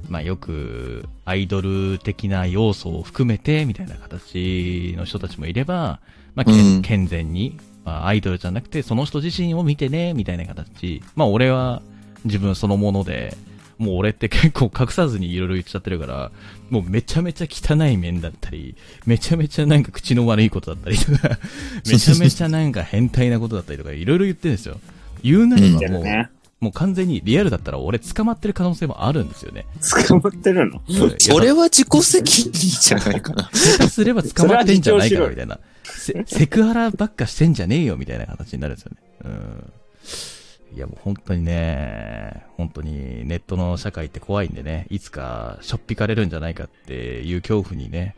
A: う、まあよくアイドル的な要素を含めてみたいな形の人たちもいれば、まあ、けん
C: うん
A: 健全に、まあ、アイドルじゃなくてその人自身を見てね、みたいな形。まあ俺は自分そのもので、もう俺って結構隠さずにいろいろ言っちゃってるから、もうめちゃめちゃ汚い面だったり、めちゃめちゃなんか口の悪いことだったりとか、めちゃめちゃなんか変態なことだったりとか、いろいろ言ってるんですよ。言うなればもう、
B: ね。
A: もう完全にリアルだったら俺捕まってる可能性もあるんですよね。
B: 捕まってるの
C: それは自己責任じゃないかな。
A: 下手すれば捕まってんじゃないかな、みたいな。せセクハラばっかしてんじゃねえよ、みたいな形になるんですよね。うん。いや、もう本当にね、本当にネットの社会って怖いんでね、いつかしょっぴかれるんじゃないかっていう恐怖にね、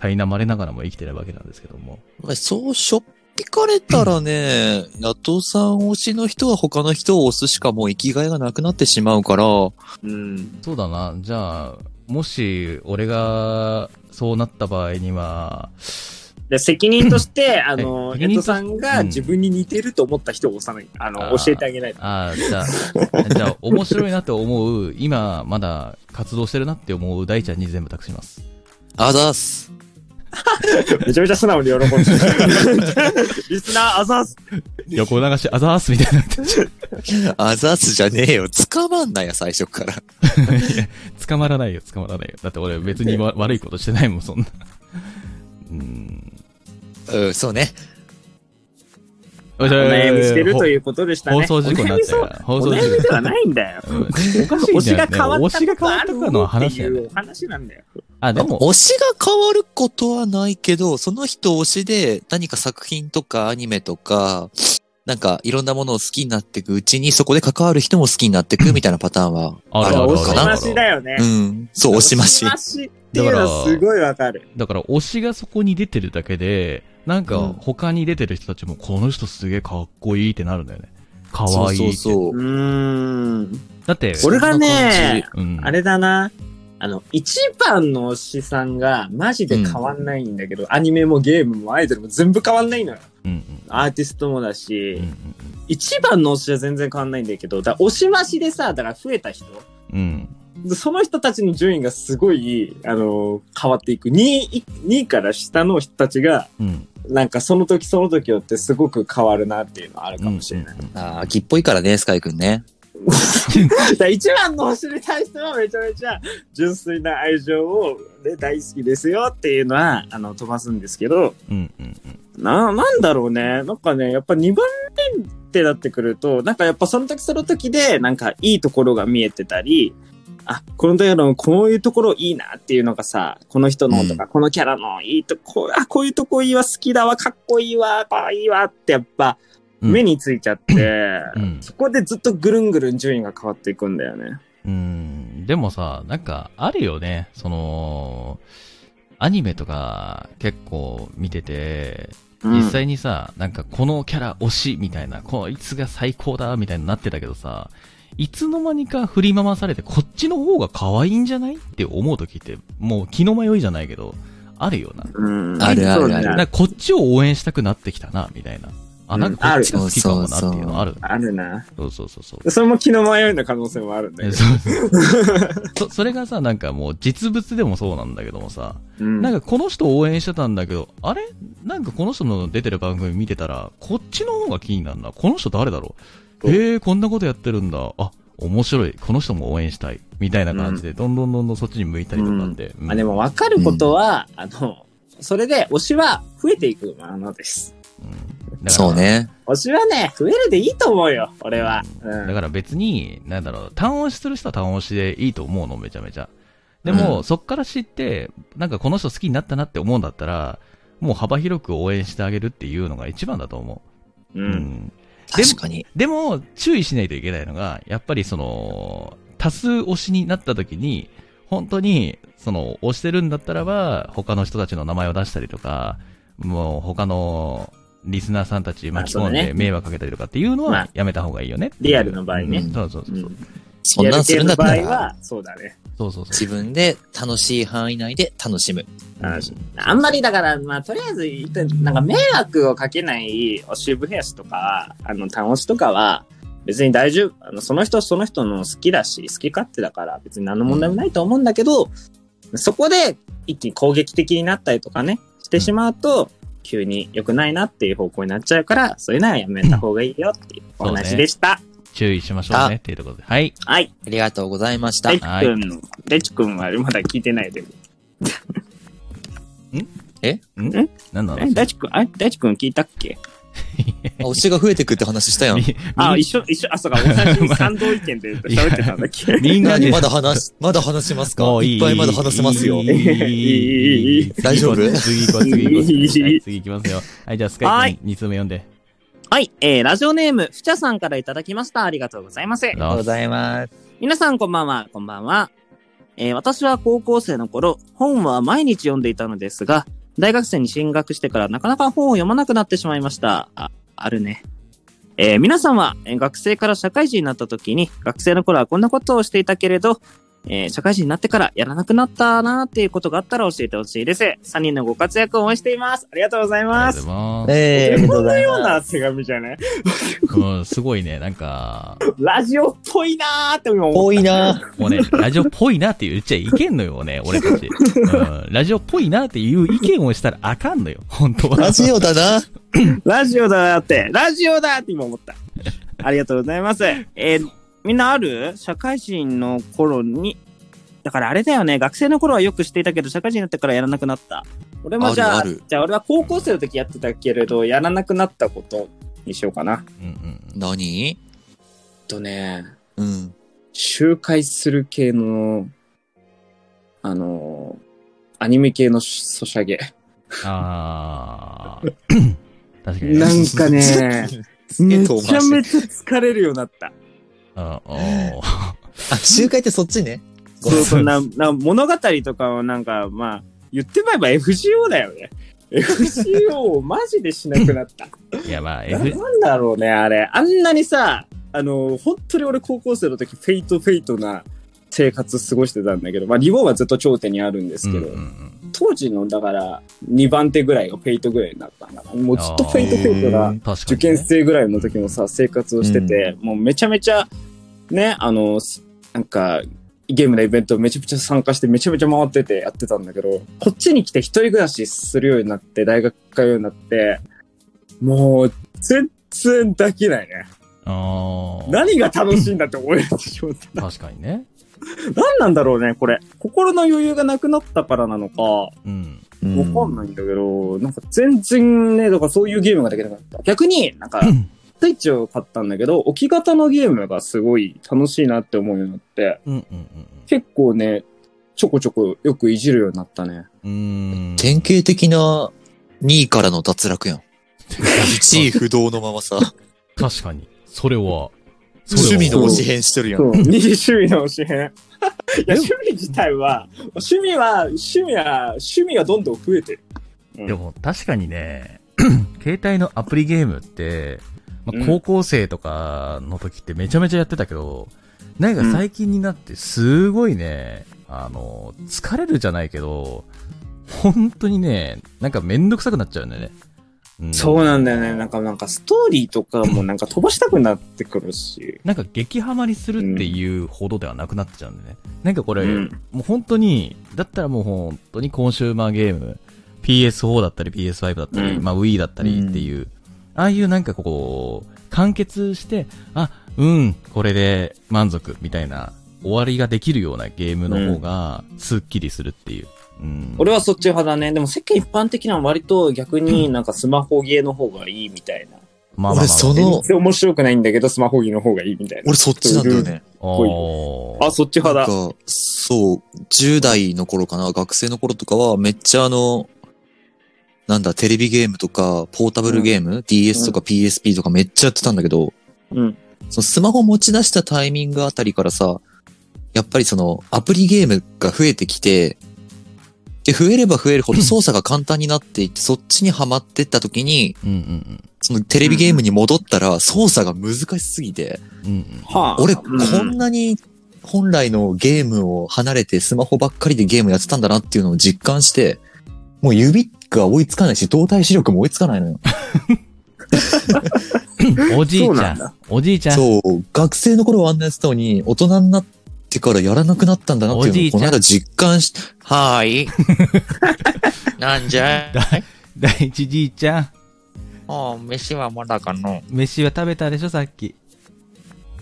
A: 苛まれながらも生きてるわけなんですけども。
C: まあそうしょっぴかれたらね、 野党さん推しの人は他の人を推すしかもう生きがいがなくなってしまうから、
B: うん。
A: そうだな。じゃあ、もし、俺が、そうなった場合には、
B: で責任 として、あの、
A: 責
B: 江
A: 任と
B: 戸
A: して
B: さんが
A: うん
B: 自分に似てると思った人を幼い、あの、
A: あー
B: 教えてあげないと。
A: ああ、じゃあ、じゃあ、面白いなと思う、今、まだ活動してるなって思う大ちゃんに全部託します。
C: あざーす。
B: めちゃめちゃ素直に喜んで る。リスナー、あざーす。
A: 横流し、あざーすみたいな。
C: あざーすじゃねえよ。捕まんなよ、最初から。
A: 捕まらないよ、捕まらないよ。だって俺別にわ悪いことしてないもん、そんな。うん。
C: うん、そうね。
A: お
B: お悩みしてるということでしたね。
A: 放送事故になっちゃう
B: お
A: か
B: 悩み
A: ら。
B: そう
A: 放
B: お
A: 送事
B: 悩みで
A: 故。
B: はないんだよ。
A: うん、おかしいんだよね
B: 推しが変わっ
A: 推しが
B: た
A: 変わったか
B: ことある
A: の
B: の
A: は話
B: 話
A: だ
B: っ
A: よ
B: てい
A: ね。
B: うお話なんだよ。
A: あ、でも、
C: 推しが変わることはないけど、その人推しで何か作品とかアニメとか、なんかいろんなものを好きになっていくうちに、そこで関わる人も好きになっていくみたいなパターンは
A: あ
C: あ
A: る
C: る
A: ある
C: の
B: 推
C: か
B: し
C: な。
B: ましだよね
C: う。ん。そう、推しまし
B: 推。っていうのはすごいわかる。
A: だから推しがそこに出てるだけで、なんか
C: うん
A: 他に出てる人たちも、この人すげえかっこいいってなるんだよね。か
C: そ
A: わ
C: う
A: いいって。
C: そうそう
B: う。ーん。
A: だって、
B: 俺が
C: そんな
B: ね
C: 感、
A: うん。
B: あれだな。あの、一番の推しさんがマジで変わんないんだけど、アニメもゲームもアイドルも全部変わんないのよ。
A: うんうん。
B: アーティストもだし、
A: うん
B: 一番の推しは全然変わんないんだけど、だから推し増しでさ、だから増えた人、
A: うん。うん。
B: その人たちの順位がすごい、あの、変わっていく。2位、2位から下の人たちが、
A: うん。
B: なんかその時その時よってすごく変わるなっていうのはある
A: うん
B: かもしれない。
A: うんうん
C: ああ、木っぽいからね、スカイくんね。
B: だから一番の推しに対してはめちゃめちゃ純粋な愛情を、ね、大好きですよっていうのは、あの、飛ばすんですけど、
A: うんうん
B: な、なんだろうね。なんかね、やっぱ2番目ってなってくると、なんかやっぱその時その時で、なんかいいところが見えてたり、あ、この時のこういうところいいなっていうのがさ、この人のとか、このキャラのいいとこ、あ、こういうとこいいわ、好きだわ、かっこいいわ、かわいいわってやっぱ、
A: うん
B: 目についちゃって、
A: うん
B: そこでずっとぐるんぐるん順位が変わっていくんだよね。
A: うん。でもさ、なんか、あるよね。その、アニメとか結構見てて、
B: うん
A: 実際にさ、なんかこのキャラ推しみたいな、このいつが最高だみたいになってたけどさ、いつの間にか振り回されてこっちの方が可愛いんじゃないって思う時って、もう気の迷いじゃないけど、あるよな。
B: うん
C: あるあるある
B: そうね
A: なんかこっちを応援したくなってきたな、みたいな。あ、なんかこっちが好きかもなっていうのある。
B: あるな。
A: そうそうそうそう。
B: それも気の迷いの可能性もあるん だけど。
A: そうそうそうそそれがさ、なんかもう実物でもそうなんだけどもさ、
B: うん
A: なんかこの人を応援してたんだけど、あれなんかこの人の出てる番組見てたら、こっちの方が気になるな。この人誰だろう
B: そう
A: へえ、こんなことやってるんだ。あ、面白い。この人も応援したい。みたいな感じで、どんどんどんどんそっちに向いたりとかって。うん
B: まあでも分かることは、あの、それで推しは増えていくものです。
A: うんだから
C: そうね。
B: 推しはね、増えるでいいと思うよ、俺は。う
A: だ
B: ん。
A: から別に、なんだろう、単押しする人は単押しでいいと思うの、めちゃめちゃ。でも、
C: うん
A: そっから知って、なんかこの人好きになったなって思うんだったら、もう幅広く応援してあげるっていうのが一番だと思う。
B: う。
A: うんんでも
C: 確かに。
A: でも、注意しないといけないのが、やっぱりその、多数推しになった時に、本当に、その、推してるんだったらば、他の人たちの名前を出したりとか、もう他のリスナーさんたち巻き込ん
B: あそうだ
A: で
B: ね
A: 迷惑かけたりとかっていうの
B: ま
A: は
B: あ
A: やめた方がいいよねっていう。
B: リアルの場合ね
A: うんそうそうそうう。
B: ん
C: そんなんするんだった
B: リアル系の場合
C: ら、
B: は、そうだね。
A: そうそうそう。
C: 自分で楽しい範囲内で楽しむ。
B: ああんまりだから、まあ、とりあえず一旦、なんか迷惑をかけないおしぶヘアスとか、あの、単押しとかは、別に大丈夫。あの、その人その人の好きだし、好き勝手だから、別に何の問題もないと思うんだけど、そこで一気に攻撃的になったりとかね、してしまうと、急に良くないなっていう方向になっちゃうから、そういうのはやめた方がいいよっていうお
A: そう
B: 話
A: ね
B: でした。
A: 注意しましょうねっていうところで。はい。
B: はい。
C: ありがとうございました
B: レ。チ君の、レチ君はまだ聞いてないで。
A: ん
B: ん
A: 何なの
B: え、レチ君、あれレチ君聞いたっけ
C: 推しが増えてくって話したやん。
B: あ、一緒、一緒、あ、そうか、同じ賛同意見で喋ってたんだっけ
A: みんな
C: 何
A: で
C: まだ話、まだ話しますか
A: もう
C: いっぱいまだ話せますよ。
A: いいいいいいいい
C: 大丈夫
A: 次行こう、次行こう、次行こう
B: い
A: は
B: い
A: い次行きますよ。はい、じゃあ、スカイ君2通目読んで。
B: はい、えー、ラジオネーム、ふちゃさんからいただきました。ありがとうございます
A: ありがとうござい。
C: ありがとうございます。
B: 皆さん、こんばんは、こんばんは。えー、私は高校生の頃、本は毎日読んでいたのですが、大学生に進学してからなかなか本を読まなくなってしまいました。あ、あるね。えー、皆さんは、えー学生から社会人になった時に、学生の頃はこんなことをしていたけれど、えー社会人になってからやらなくなったなーっていうことがあったら教えてほしいです。3人のご活躍を応援しています。ありがとうござい
A: あ
B: ま
A: りがと
B: す
A: う。ございます。
C: ええありがとうござい
B: よう
C: ま
B: な
C: す。
B: 手紙じゃない
A: うん、すごいね、なんか、
B: ラジオっぽいなーって今思う。
C: 多いな。
A: もうね、ラジオっぽいなって言っちゃいけんのよ ね、俺たち。うん、ラジオっぽいなっていう意見をしたらあかんのよ、本当は。
C: ラジオだな。
B: ラジオだなって、ラジオだって今 思った。ありがとうございます。えーみんなある社会人の頃に、だからあれだよね、学生の頃はよくしていたけど、社会人になってからやらなくなった。俺もじゃあ、
C: あるある
B: じゃあ俺は高校生の時やってたけれど、やらなくなったことにしようかな。
A: うんうん。
C: 何
B: えっとね、
C: うん。
B: 周回する系の、あのーアニメ系のソシャゲ。
A: あ ー。確かにね。
B: なんかね、めちゃめ
C: ち
B: ちゃ疲れるようになった。
A: あおー
C: ゃ。 あ、集会ってそっちね。ごめ
B: そうそ
C: ん
B: うなな物語とかをなんかまあ言ってまえば FGO だよね FGO をマジでしなくな った
A: いや、まあ、
B: な
A: F、
B: なんだろうねあれあんなにさあの本当に俺高校生の時フェイトフェイトな生活過ごしてたんだけど、まあ、リボンはずっと頂点にあるんですけど、
A: うんうんうん
B: 当時のだから2番手ぐらいがフェイトぐらいになったんだなもうずっとフェイトフェイト
C: あ
B: が
C: ー
A: 確か
B: 受
A: にね、
B: 験生ぐらいの時のさ、生活をしてて、もうめちゃめちゃ、ね、あの、すなんか、ゲームのイベントめちゃめちゃ参加して、めちゃめちゃ回っててやってたんだけど、こっちに来て一人暮らしするようになって、大学通うようになって、もう、全然できないね。
A: あー
B: 何が楽しいんだって思えてし まった。
A: 確かにね。
B: 何なんだろうね、これ。心の余裕がなくなったからなのか、
A: うん。
B: わかんないんだけど、なんか全然ね、とかそういうゲームができなかった。逆になんか、スイッチを買ったんだけど、置き型のゲームがすごい楽しいなって思うようになって、
A: うんうんうん
B: 結構ね、ちょこちょこよくいじるようになったね。
A: うん。うーん。
C: 典型的な2位からの脱落や ん。1位不動のままさ、
A: 確かに。それは、それは
C: 趣味の推し変してるや
B: そ
C: ん。
B: う、 二趣味の 教え。い
A: で
B: や、
A: も
B: 趣味自体は、趣味は、趣味は、趣味がどんどん増えてる。
A: でも確かにね、 携帯のアプリゲームって、まあ
B: うん
A: 高校生とかの時ってめちゃめちゃやってたけど、なんか最近になってすごいね、あの、疲れるじゃないけど、本当にね、なんかめんどくさくなっちゃうんだよね。うん
B: そうなんだよね。なんか、なんかストーリーとかもなんか飛ばしたくなってくるし。
A: なんか激ハマりするっていうほどではなくなっちゃうんでね。なんかこれ、
B: うん
A: もう本当に、だったらもう本当にコンシューマーゲーム、PS4 だったり PS5 だったり、
B: うん
A: まあ Wii だったりっていう、ああいうなんかこう、完結して、あ、うん、これで満足みたいな、終わりができるようなゲームの方が、スッキリするっていう。うん。
B: 俺はそっち派だね。でも世間一般的には割と逆になんかスマホゲーの方がいいみたいな。
A: まあまあまあ
C: 俺その
B: 全、然面白くないんだけど、スマホゲーの方がいいみたいな
C: 俺。そっちなんだよね。
A: おー
B: あ、そっち
C: な
B: 派だ。
C: んか、そう、10代の頃かな、学生の頃とかは、めっちゃあの、なんだ、テレビゲームとか、ポータブルゲーム、DS とか PSP とかめっちゃやってたんだけど、
B: うん。
C: そのスマホ持ち出したタイミングあたりからさ、やっぱりそのアプリゲームが増えてきて、で、増えれば増えるほど操作が簡単になっていって、そっちにはまってった時に、
A: うんうん
C: そのテレビゲームに戻ったら操作が難しすぎて、
A: うん。うん
B: はあ。
C: 俺、
B: う
C: こんなに本来のゲームを離れてスマホばっかりでゲームやってたんだなっていうのを実感して、もう指が追いつかないし、動体視力も追いつかない のよ。
A: うん。おじい
B: そう
A: ち
B: な
A: ゃ
B: ん
A: ん。おじいちゃん。
C: そう、学生の頃はあんなやつたのに、大人になってからやらなくなったんだなって
A: おじ
C: い
A: いうちゃ
C: の
A: ん
C: を、この間実感し、はーい。なんじゃい
A: 第第一じいちゃん。
C: ああ、飯はまだかの。
A: 飯は食べたでしょ、さっき。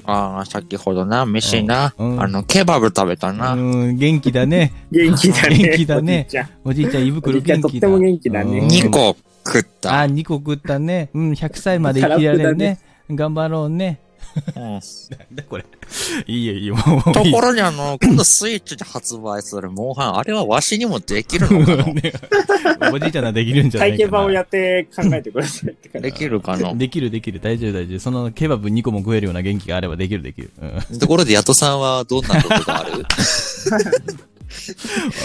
C: ああ、先ほどな、飯な。
A: うんうん
C: あの、ケバブ食べた
A: う
C: な。
A: ーん、元気だね。
B: 元気だね。
A: 元気だね
B: おじ
A: おじい
B: いちゃん
A: ちゃん、胃
B: おじ
A: 袋
B: いちゃ
A: 元
B: んとっ
A: 気
B: て
A: だ。
B: も元気だね。
A: うん
C: 2個食った。
A: あ、2個食ったね。うん、100歳まで生きられる ね。頑張ろうね。
C: うん
A: なんだこれ。いいよ、いいよ、もう
C: と
A: いいよ
C: ころにあの、今度スイッチで発売するモンハン、あれはわしにもできるのかな
A: ね おじいちゃんならできるんじゃないか
B: 体
A: な。
B: 験版をやって考えてくださいっ て感じ
C: できるかな
A: できるできる、大丈夫大丈夫。そのケバブ2個も食えるような元気があればできるできる。う
C: ところで、ヤトさんはどんなことがあ る
A: ん。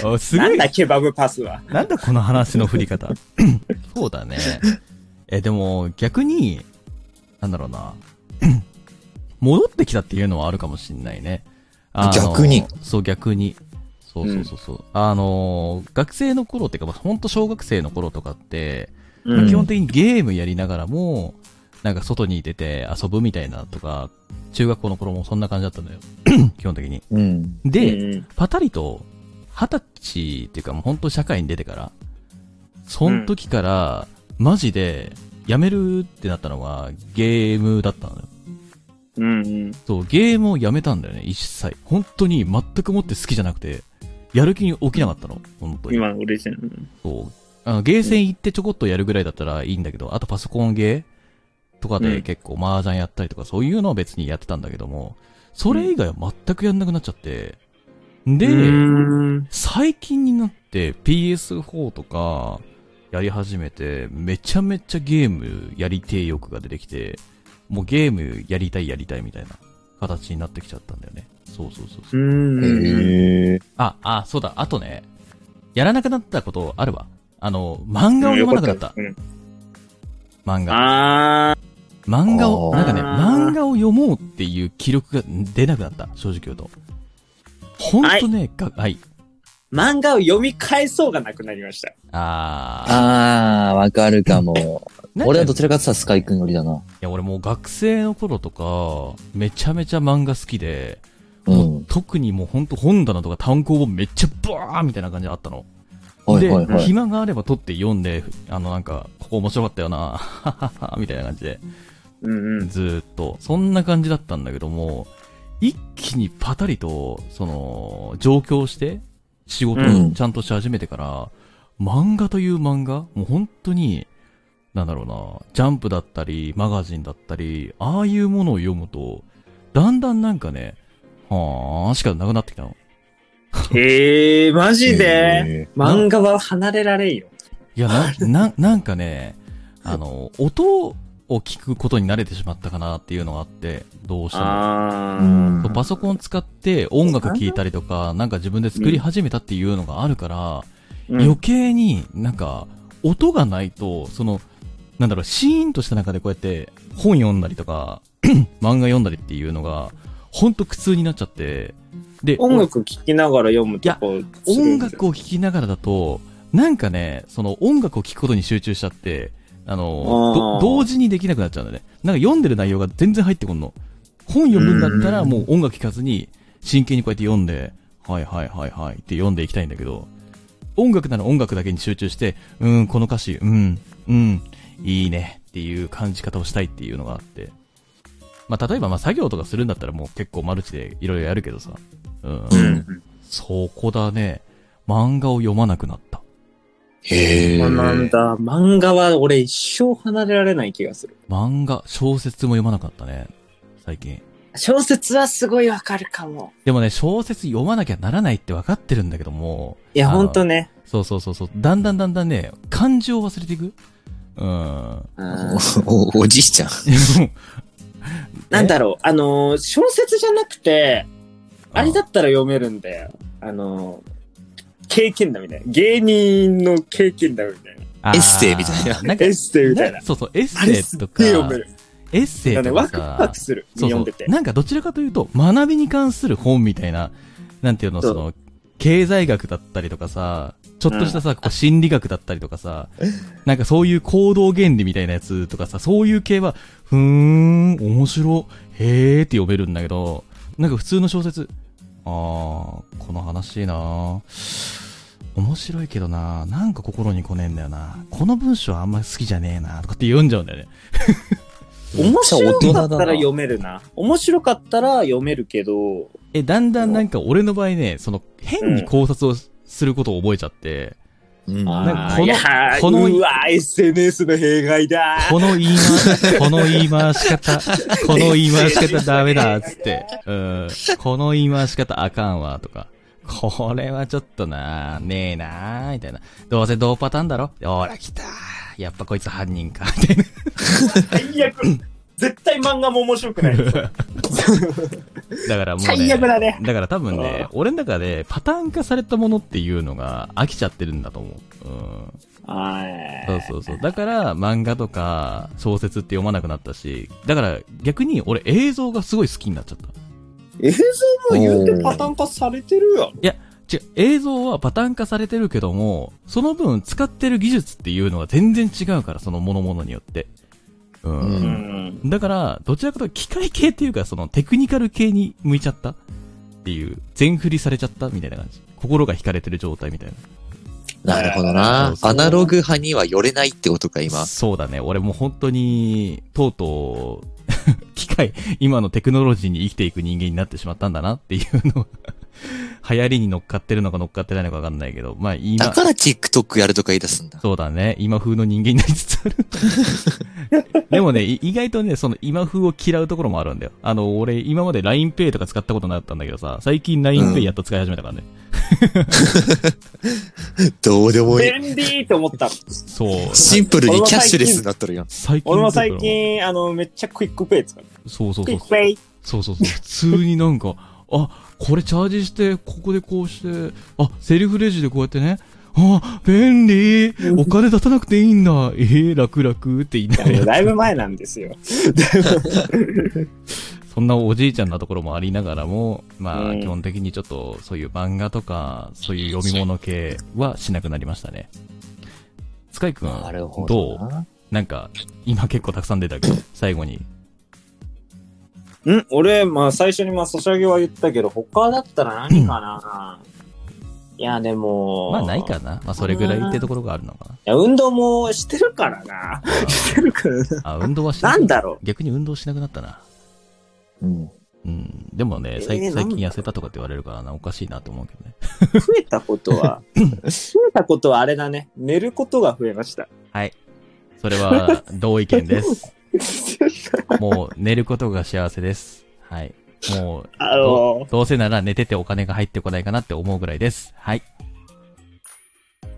A: おすご
B: ないん。だ、ケバブパスは。
A: なんだこの話の振り方。 そうだね。え、でも逆に、なんだろうな。戻ってきたっていうのはあるかもしんないね。あの
C: 逆に。
A: そう、逆に。そうそうそうそう。あの、学生の頃っていうか、まあほんと小学生の頃とかって、
C: うん
A: 基本的にゲームやりながらも、なんか外に出て遊ぶみたいなとか、中学校の頃もそんな感じだった のよ。基本的に。
C: うん。
A: で、
B: うん
A: パタリと、二十歳っていうかもう本当社会に出てから、その時から、マジで、辞めるってなったのは、ゲームだったのよ。
B: うんうん。
A: そう、ゲームをやめたんだよね、一切。本当に全くもって好きじゃなくて、やる気に起きなかったの、本当に。
B: 今、俺じゃん。
A: そう。あの、ゲーセン行ってちょこっとやるぐらいだったらいいんだけど、あとパソコンゲーとか
B: う
A: で
B: ん
A: 結構麻雀やったりとか、そういうのは別にやってたんだけども、それ以外は全くやんなくなっちゃって、で、
B: うん
A: 最近になって PS4 とかやり始めて、めちゃめちゃゲームやりてえ欲が出てきて、もうゲームやりたいやりたいみたいな形になってきちゃったんだよね。そうそうそうそうう。
B: んうん。
C: へえ。
A: あ、あ、そうだ、あとね、やらなくなったことあるわ。あの、漫画を読まなくなった。
B: うん
A: 漫画。
B: あー
A: 漫画を、
C: あ
A: な
C: ー
A: んかね、漫画を読もうっていう記録が出なくなった。正直言うと。ほんとね、がはい。
B: 漫画を読み返そうがなくなりました。
A: あー。
C: あー、わかるかも。
A: なんか
C: 俺はどちらかとさ、スカイ君よりだな。
A: いや、俺もう学生の頃とか、めちゃめちゃ漫画好きで、
C: う。
A: もうん特にもうほんと本棚とか単行本めっちゃバーみたいな感じであったの。
C: はいはい
A: で、
C: はい。
A: 暇があれば撮って読んで、あのなんか、ここ面白かったよな、 ははははみたいな感じで、
B: うん うん。
A: ずーっと、そんな感じだったんだけども、一気にパタリと、その、上京して、仕事
C: う
A: を
C: ん
A: ちゃんとし始めてから、漫画という漫画もう本当に、なんだろうな、ジャンプだったり、マガジンだったり、ああいうものを読むと、だんだんなんかね、はーしかなくなってきたの。
B: へえー、マジで
C: へ
B: 漫画は離れられんよ。
A: いや、な、な、なんかね、あの、音を聞くことに慣れてしまったかなっていうのがあって、どうしても。
C: ー。
B: あ
C: う
B: ー。
C: ん
A: そうパソコン使って音楽聴いたりとか、なんか自分で作り始めたっていうのがあるから、
B: うん
A: 余計になんか、音がないと、その、なんだろう、シーンとした中でこうやって本読んだりとか、 漫画読んだりっていうのが、ほんと苦痛になっちゃって、で、
B: 音楽聴きながら読むとこ
A: 音楽を聴きながらだと、なんかね、その音楽を聴くことに集中しちゃって、あの、
B: あ
A: ど
B: ー
A: 同時にできなくなっちゃうんだよね。なんか読んでる内容が全然入ってこんの。本読むんだったら
B: うん
A: もう音楽聴かずに、真剣にこうやって読んで、はいはいはいはいって読んでいきたいんだけど、音楽なら音楽だけに集中して、うーん、この歌詞、うん、うん、いいねっていう感じ方をしたいっていうのがあって。まあ、例えばまあ作業とかするんだったらもう結構マルチでいろいろやるけどさ。うん
C: う
B: うん
C: ん。
A: そこだね。漫画を読まなくなった。
C: へ
B: そうなん
C: え。
B: だ。漫画は俺一生離れられない気がする。
A: 漫画、小説も読まなかったね。最近。
E: 小説はすごいわかるかも。
A: でもね、小説読まなきゃならないって分かってるんだけども。
B: いや、
A: あの
B: ほんとね。
A: そうそうそうそう。だんだんだんだんね、感情を忘れていく。うん。
B: うん
C: お、おおじいちゃん。
B: なんだろう、あのー、小説じゃなくて、 あれだったら読めるんだよ。あのー、経験だみたいな。芸人の経験だみたいな。
A: あ、
C: エッセイみたい
A: な。なんか
B: エッ、セイみたいな。
A: そうそう、エッ
B: あれ
A: セ
B: す
A: イ
B: っげ
A: とか、
B: え読める。
A: エッセ
B: な
A: イ
B: んかね、
A: とか
B: ワ
A: さ、
B: クワクする。
A: そう
B: 読
A: そ
B: んでて
A: う。。なんかどちらかというと、学びに関する本みたいな、なんていうの、
B: そ
A: そうの、経済学だったりとかさ、ちょっとしたさ、こう心理学だったりとかさ、なんかそういう行動原理みたいなやつとかさ、そういう系は、ふーん、面白、へーって読めるんだけど、なんか普通の小説、あー、この話いいな面白いけどななんか心に来ねえんだよなこの文章あんま好きじゃねえなとかって読んじゃうんだよね。
B: 面白かっ
C: めっちゃ大人だ
B: た
C: な
B: ら読めるな。面白かったら読めるけど、
A: え、だんだんなんか俺の場合ね、その変に考察をすすることを覚えちゃって、
C: うん。
A: なんかこの
B: いやー
A: この
B: うわー SNS の弊害だー
A: この言い 回、この言い回し方、この言い回し方ダメだ、つって、うん、この言い回し方あかんわ、とか、これはちょっとなねえなみたいな。どうせ同パターンだろほら来たやっぱこいつ犯人か、 みたいな。
B: 最悪絶対漫画も面白 くない。
A: だからもう、ね、
B: 最悪だね。
A: だから多分ね、俺の中でパターン化されたものっていうのが飽きちゃってるんだと思う。うん。
B: は
A: そうそうそう。だから漫画とか小説って読まなくなったし、だから逆に俺映像がすごい好きになっちゃった。
B: い。映像も言うてパターン化されてるやろ。
A: 違う、映像はパターン化されてるけども、その分使ってる技術っていうのは全然違うから、その物々によって。うん。
C: う
B: うん。
A: だから、どちらかというと機械系っていうか、そのテクニカル系に向いちゃったっていう、全振りされちゃったみたいな感じ。心が惹かれてる状態みたい
C: なるほど
A: そ
C: な
A: う。そう
C: アナログ派には寄れないってことか、今
A: な。。そうだね。俺もう本当に、とうとう、 機械、今のテクノロジーに生きていく人間になってしまったんだなっていうのは、 流行りに乗っかってるのか乗っかってないのかわかんないけど、まあ今、
C: だから TikTok やるとか言い出すんだ。
A: そうだね。今風の人間になりつつある。 でもね、い意外とね、その今風を嫌うところもあるんだよ。あの、俺、今まで LINEPay とか使ったことなかったんだけどさ、最近 LINEPay やっと使い始めたからね。
C: どうでもいい。
B: 便利と思った。
A: そう。
C: シンプルにキャッシュレスになっとるやん。
A: 最近。
B: 俺も最。近、あの、めっちゃクイックペイ使う。
A: そうそうそ
B: クイ
A: う
B: ッ。クペイ。
A: そうそうそう。普通になんか、あ、これチャージして、ここでこうして、あ、セルフレジでこうやってね、あ、便利お金出さなくていいんだえー、楽々って言いながら
B: いやだいぶ前なんですよ。
A: そんなおじいちゃんなところもありながらも、まあ、
B: うん
A: 基本的にちょっと、そういう漫画とか、そういう読み物系はしなくなりましたね。スカイくん、
C: なるほ
A: ど
C: ど
A: うなんか、今結構たくさん出たけど、最後に。
B: ん俺、まあ最初にまあソシャゲは言ったけど、他だったら何かな、いや、でも。
A: まあ、ないかな。まあ、それぐらいってところがあるのか
B: いや、運動もしてるから な。してるからな。
A: な。あ、運動はしな
B: な
A: く
B: ん
A: な
B: だろ
A: 逆に運動しなくなったな。
C: うん。
A: うん。でもね、
B: えー
A: 最
B: なんだ
A: 最近痩せたとかって言われるからな、おかしいなと思うけどね。
B: う。増えたことは、増えたことはあれだね。寝ることが増えました。
A: はい。それは、同意見 です。もう、寝ることが幸せです。はい。もう、
B: あの
A: どうせなら寝ててお金が入ってこないかなって思うぐらいです。はい。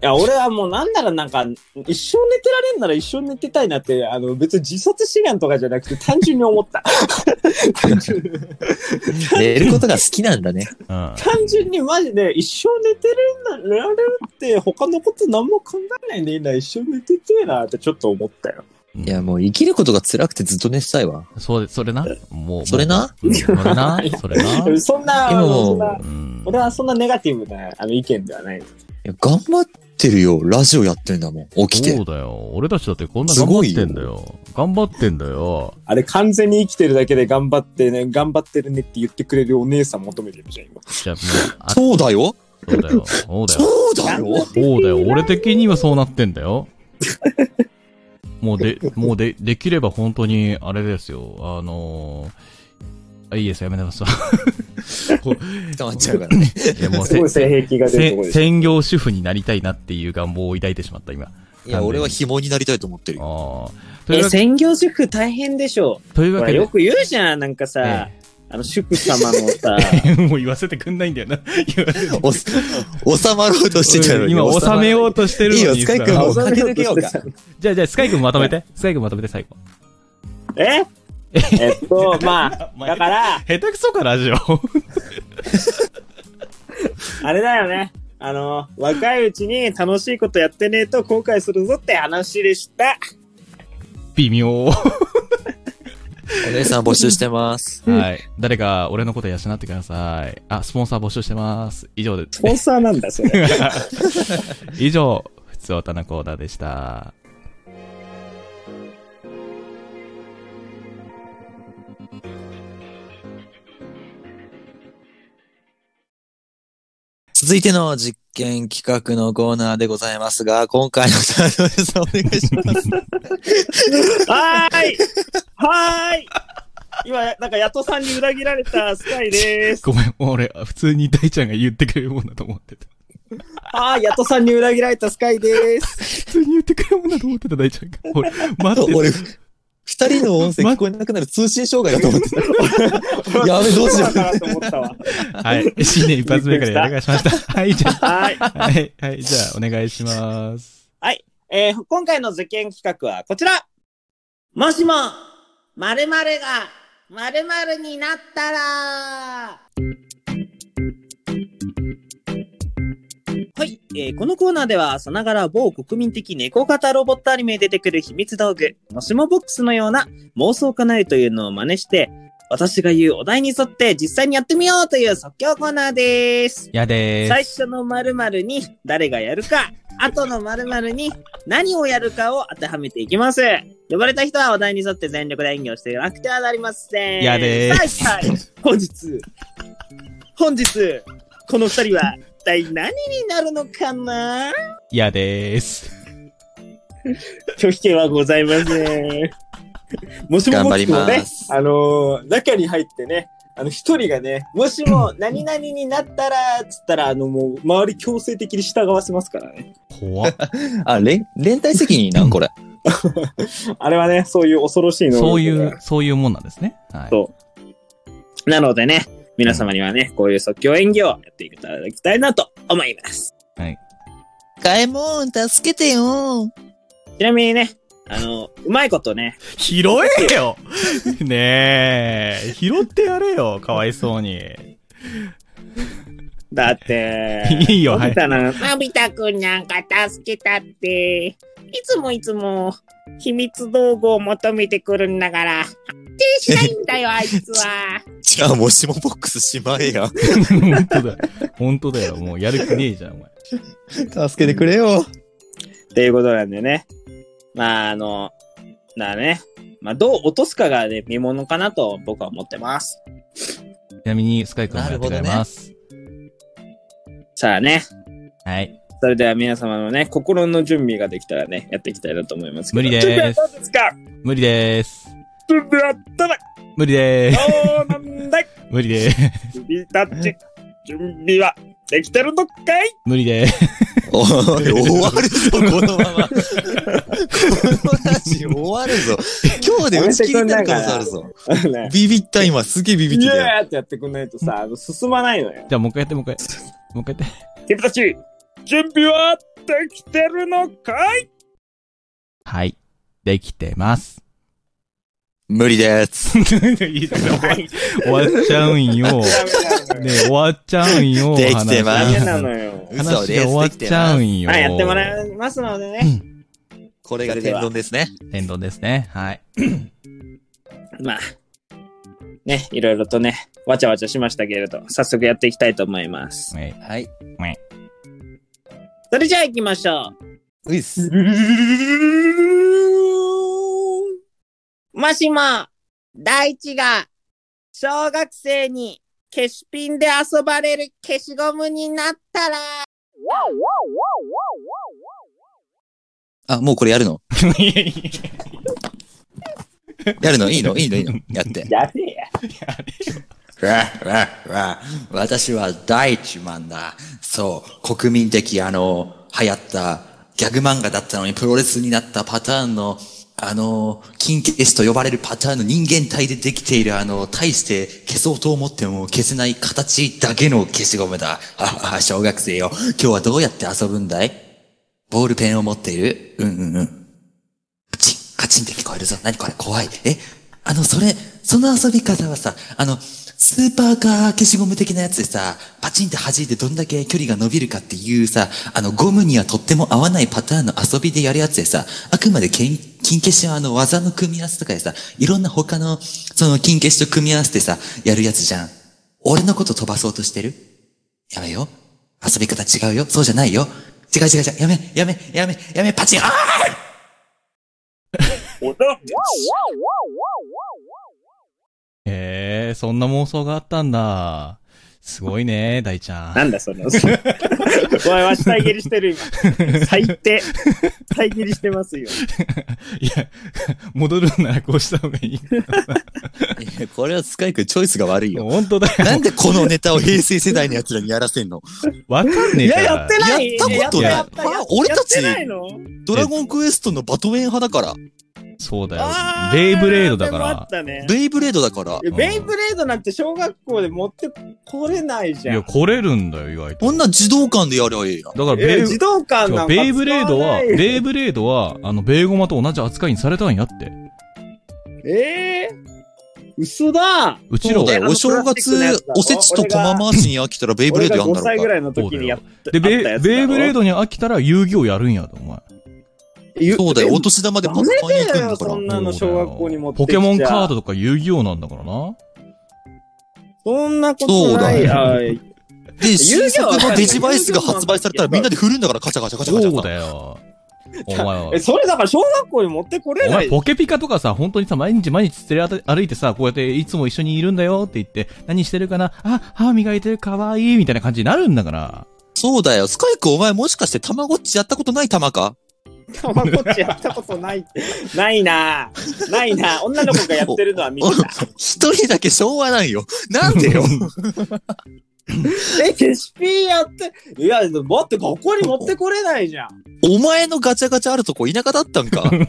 B: いや、俺はもうなんならなんか、一生寝てられんなら一生寝てたいなって、あの、別に自殺志願とかじゃなくて単純に思った。単純に
C: 寝ることが好きなんだ ね。
A: うん。
B: 単純にマジで一生寝てるんだられるって他のこと何も考えないでいいな一生寝ててえなってちょっと思ったよ。
C: いや、もう生きることが辛くてずっと寝てたいわ。
A: そうで、それな。もう。
C: それな
A: もう。うんそれな。それな。
B: そんな、あ
C: 今
B: の
C: も
B: そんな
A: うん。
B: 俺はそんなネガティブなあの意見ではないです。
C: いや、頑張ってるよ。ラジオやってんだもん。起きて
A: そう。だよ。俺たちだってこんな頑張ってんだよ。頑張ってんだよ。
B: あれ完全に生きてるだけで頑張ってね、頑張ってるねって言ってくれるお姉さん求めてるじゃん、今。
A: じゃあもう、あ、
C: そうだよ。
A: そうだよ。そうだよ。
C: そうだよ。
A: そうだよ。俺的にはそうなってんだよ。もうで、もうで、できれば本当に、あれですよ。あのー、あ、いいです、やめてますわ。こ
C: 捕まっちゃ うからね。
A: いや、もう
B: すご
A: せ
B: い性癖が出るところ
A: せ、
B: でしょ。
A: 専業主婦になりたいなっていう願望を抱いてしまった、今。あ
C: いや、俺は紐になりたいと思ってるよ。
A: あ。という
B: え、
A: わけ
B: 専業主婦大変でしょ
A: という
B: ほ
A: わ
B: ら、
A: けで
B: よ、く言うじゃん、なんかさ、
A: ええ
B: あの、祝様の さ、
A: もう言わせてくんないんだよな。言わせて
C: おす 収まろうとしてたのに。
A: 今、収めようとしてるのにさ
C: いいよスカイ君もう
B: 収めようとしてた
A: じゃあ、じゃあ、スカイ君まとめて。スカイ君まとめて、最後。
B: ええっと、まあ、だから、
A: 下手くそか、ラジオ。
B: あれだよね。あの、若いうちに楽しいことやってねえと後悔するぞって話でした。
A: 微妙。
C: お姉さん募集してます。
A: はい。誰か、俺のこと養ってください。あ、スポンサー募集してます。以上で。
B: スポンサーなんだ、それ。
A: 以上、普通おたのコーナーでした。
C: 続いての実験企画のコーナーでございますが、今回の担当です。お願いします。
B: はーいはーい今、なんか、ヤトさんに裏切られたスカイでーす。
A: ごめん、もう俺、普通に大ちゃんが言ってくれるもんだと思ってた。
B: はーい、ヤトさんに裏切られたスカイでー
A: 普
B: す。
A: 通に言ってくれるもんだと思ってた、大ちゃんが。俺、 待って、
C: 俺、二人の音声聞こえなくなる通信障害だと思ってた。やべ、どうし
B: そ
C: よ
B: う
C: う。
B: だなと思ったわ。
A: はい。新年一発目からやらかしました。はい、じゃ
B: はーい。
A: あ、はい、はい、じゃあ、お願いします。
B: えー今回の受験企画はこちらもしも、〇〇が〇〇になったらはい、えーこのコーナーでは、さながら某国民的猫型ロボットアニメに出てくる秘密道具、もしもボックスのような妄想叶えというのを真似して、私が言うお題に沿って実際にやってみようという即興コーナーです。
A: やで
B: 最
A: ー
B: 初の〇〇に誰がやるか、後の〇〇に何をやるかを当てはめていきます。呼ばれた人はお題に沿って全力で演技をしていなくてはなりません。
A: やでー
B: す。はいはい。本日、本日、この二人は一体何になるのかな
A: す。やでーす。
B: 拒否権はございません。もしも
C: 頑
B: も
C: 張
B: し
C: り
B: もね
C: ま、
B: あのー中に入ってね、あの一人がね、もしも何々になったら、つったら、あのもう周り強制的に従わせますからね。
A: 怖っ。
C: あ、連、連帯責任なんこ れ。
B: あれはね、そういう恐ろしい能力
A: そうい
B: が
A: う、そういうもんなんですね。は
B: そう
A: い。
B: なのでね、皆様にはね、こういう即興演技をやっていただきたいなと思います。
C: ガエモン、助けてよ。
B: ちなみにね、あの、うまいことね、
A: 拾えよねえ、拾ってやれよ、かわいそうに。
B: だって、
A: いいよはい
B: のび太なのび太くんなんか助けたって、いつもいつも秘密道具を求めてくるんだから、発定しないんだよ、あいつは。
C: じゃあ、もしもボックスしまえや。
A: 本当だよ。本当だよ。もうやる気ねえじゃん、お前。
C: 助けてくれよ。
B: っていうことなんでね。まあ、あの、だね。まあ、どう落とすかがね、見ものかなと僕は思ってます。
A: ちなみに、スカイ君もやってくれます。
B: さあね、
A: はい。
B: それでは皆様のね、心の準備ができたらね、やっていきたいなと思いますけど。
A: 無理でーす
B: 準備はどうですか
A: 無理でーす。
B: 準備はどうだ
A: 無理でーす。
B: どうなんだい
A: 無理でーす。
B: 君たち、準備はできてるのかい
A: 無理でーす。
C: お終わるぞ、このまま。このラジオ終わるぞ。今日で打ち切りになる可能性あるぞ。
B: あのね
C: ビビった、今。すげえビビって
B: イ
C: たよ。
B: エーってやってくんないとさ、あの進まないのよ。
A: じゃあ、もう一回やって、もう一回。もう一回やって。
B: 君たち、準備はできてるのかい
A: はい。できてます。
C: 無理です。
A: いいだろ終わ終わっちゃうんよ。ね
B: ダメなのよ
A: 終わっちゃうんよ。
C: できてま
B: ダ
C: す
B: メ
A: 話
B: なのよ。
C: 嘘
A: 話
C: です。
A: が終わっちゃう
C: できてます
A: んよ。
B: はい、やってもらいますのでね。
C: これが天丼ですね。
A: 天丼ですね。はい。
B: まあ、ね、いろいろとね、わちゃわちゃしましたけれど、早速やっていきたいと思います。
A: はい
C: はい。
B: それじゃあ行きましょ
C: ういっす。
B: う。もしも、大地が、小学生に消しピンで遊ばれる消しゴムになったら、
C: あ、もうこれやるのやるのいいのいいのいいのやって。
B: やべえや。
C: わわわ私は第一マンだ。そう、国民的あの、流行ったギャグ漫画だったのにプロレスになったパターンのあの、金消しと呼ばれるパターンの人間体でできている、あの、大して消そうと思っても消せない形だけの消しゴムだ。ははは、小学生よ。今日はどうやって遊ぶんだいボールペンを持っているうんうんうん。カチン、カチンって聞こえるぞ。何これ怖い。えあの、それ、その遊び方はさ、あの、スーパーカー消しゴム的なやつでさ、パチンって弾いてどんだけ距離が伸びるかっていうさ、あの、ゴムにはとっても合わないパターンの遊びでやるやつでさ、あくまでけん金消しはあの、技の組み合わせとかでさ、いろんな他の、その金消しと組み合わせてさ、やるやつじゃん。俺のこと飛ばそうとしてるやめよ。遊び方違うよ。そうじゃないよ。違う違う違う。やめ、やめ、やめ、やめ、パチンあー
A: へえ、そんな妄想があったんだ。すごいね、大ちゃん。
B: なんだその、お前は下切りしてる今。最低。下切りしてますよ。
A: いや、 戻るならこうした方がいい。
C: いやこれはスカイ君チョイスが悪いよ。
A: 本当だよ。
C: なんでこのネタを平成世代の奴らにやらせ んの
A: わかんねえ
B: い
A: か
B: や、
A: ら。
B: やってない
C: やったこ
A: な
C: と
A: い
B: やったやった
C: あ俺たち
B: やってないの
C: ドラゴンクエストのバトウェン派だから、
A: そうだよ
B: あ。ー
A: ベイブレードだか
B: でもあ
A: ら
B: っ。たね
C: ベイブレードだから
B: い、やベイブレードなんて小学校で持ってこれない
A: い
B: じゃん。
A: や、来れるんだよ、意外と。
C: こんな児童館でやりゃいいやん。
A: だから
B: え
A: ベイ、
B: 自動館なんか使わない
A: ベイブレードは、ベイブレードは、あの、ベイゴマと同じ扱いにされたんやって。
B: ええ嘘だ
A: うちら
C: そう
A: は
C: だよお正月、おせちとコマ回しに飽きたらベイブレードやん
B: 俺が
C: だ
B: 5歳
C: ろう
B: ぐ
C: から
B: いの時にやっ
A: で、ベイ
B: あったやつだろ
A: ベイブレードに飽きたら遊戯をやるんやと、お前。
B: ゆ
C: そうだよ、お年玉でパソコンに行くんだか
B: ダメだよそ
C: ら
B: ん。なの小学校に持って
A: ポ
B: きち
A: ケ
B: ゃ
A: モンカードとか遊戯王なんだからな。
B: そんなことない。
C: そう
A: だ
B: あい
C: で、新
B: 遊
C: 作
B: 戯王
C: のデジバイスが発売されたらみんなで振るんだからカチャカチャカチャカチャ。
A: そうだよ。お前は
B: え、。それだから小学校に持ってこれ
A: お
B: な
A: 前
B: い。
A: ポケピカとかさ、本当にさ、毎日毎日連れ歩いてさ、こうやっていつも一緒にいるんだよって言って、何してるかなあ、歯磨いてるかわいいみたいな感じになるんだから。
C: そうだよ。スカイ君お前もしかしてたまごっちやったことない玉か
B: たまごっちやったことない。ないなないな女の子がやってるのは見てた。
C: 一人だけ昭和なんよ。なんで よ。
B: え、消しピンやって、いや、待って、学校に持ってこれないじゃん。
C: お前のガチャガチャあるとこ田舎だったんか。
B: い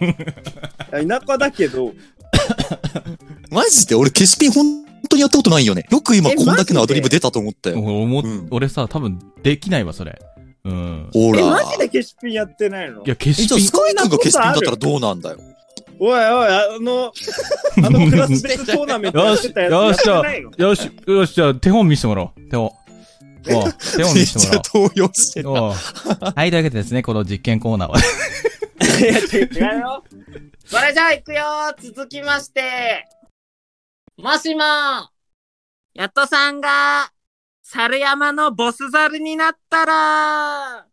B: や田舎だけど、
C: マジで俺消しピン本当にやったことないよね。よく今
B: え
C: こんだけの
B: マ
C: ア
B: ジで
C: ドリブ出たと思ったよ。
A: 俺も
C: うん
A: 俺さ、多分できないわ、それ。うん。
C: ほ
B: え、
C: ら。
B: マジで消しピンやってないの
A: いや、消
C: え
A: し
C: じゃあ
A: ピン
C: スカイ君が消しピンだったらどうなんだよ。
B: おいおい、あの、あのクラス別トーナメントやってたやつ
A: よし
B: やってないの
A: よし、よし、じゃあ手本見せてもらおう。手本。 おう手本
C: め
A: 見
C: っ
A: せて
C: ち
A: もら
C: ゃ動揺してる。
A: おう。おうはい、というわけでですね、この実験コーナーは。
B: いや、違うよ。
F: それじゃあ行くよ続きまして。もしも、やっとさんが、猿山のボス猿になったら、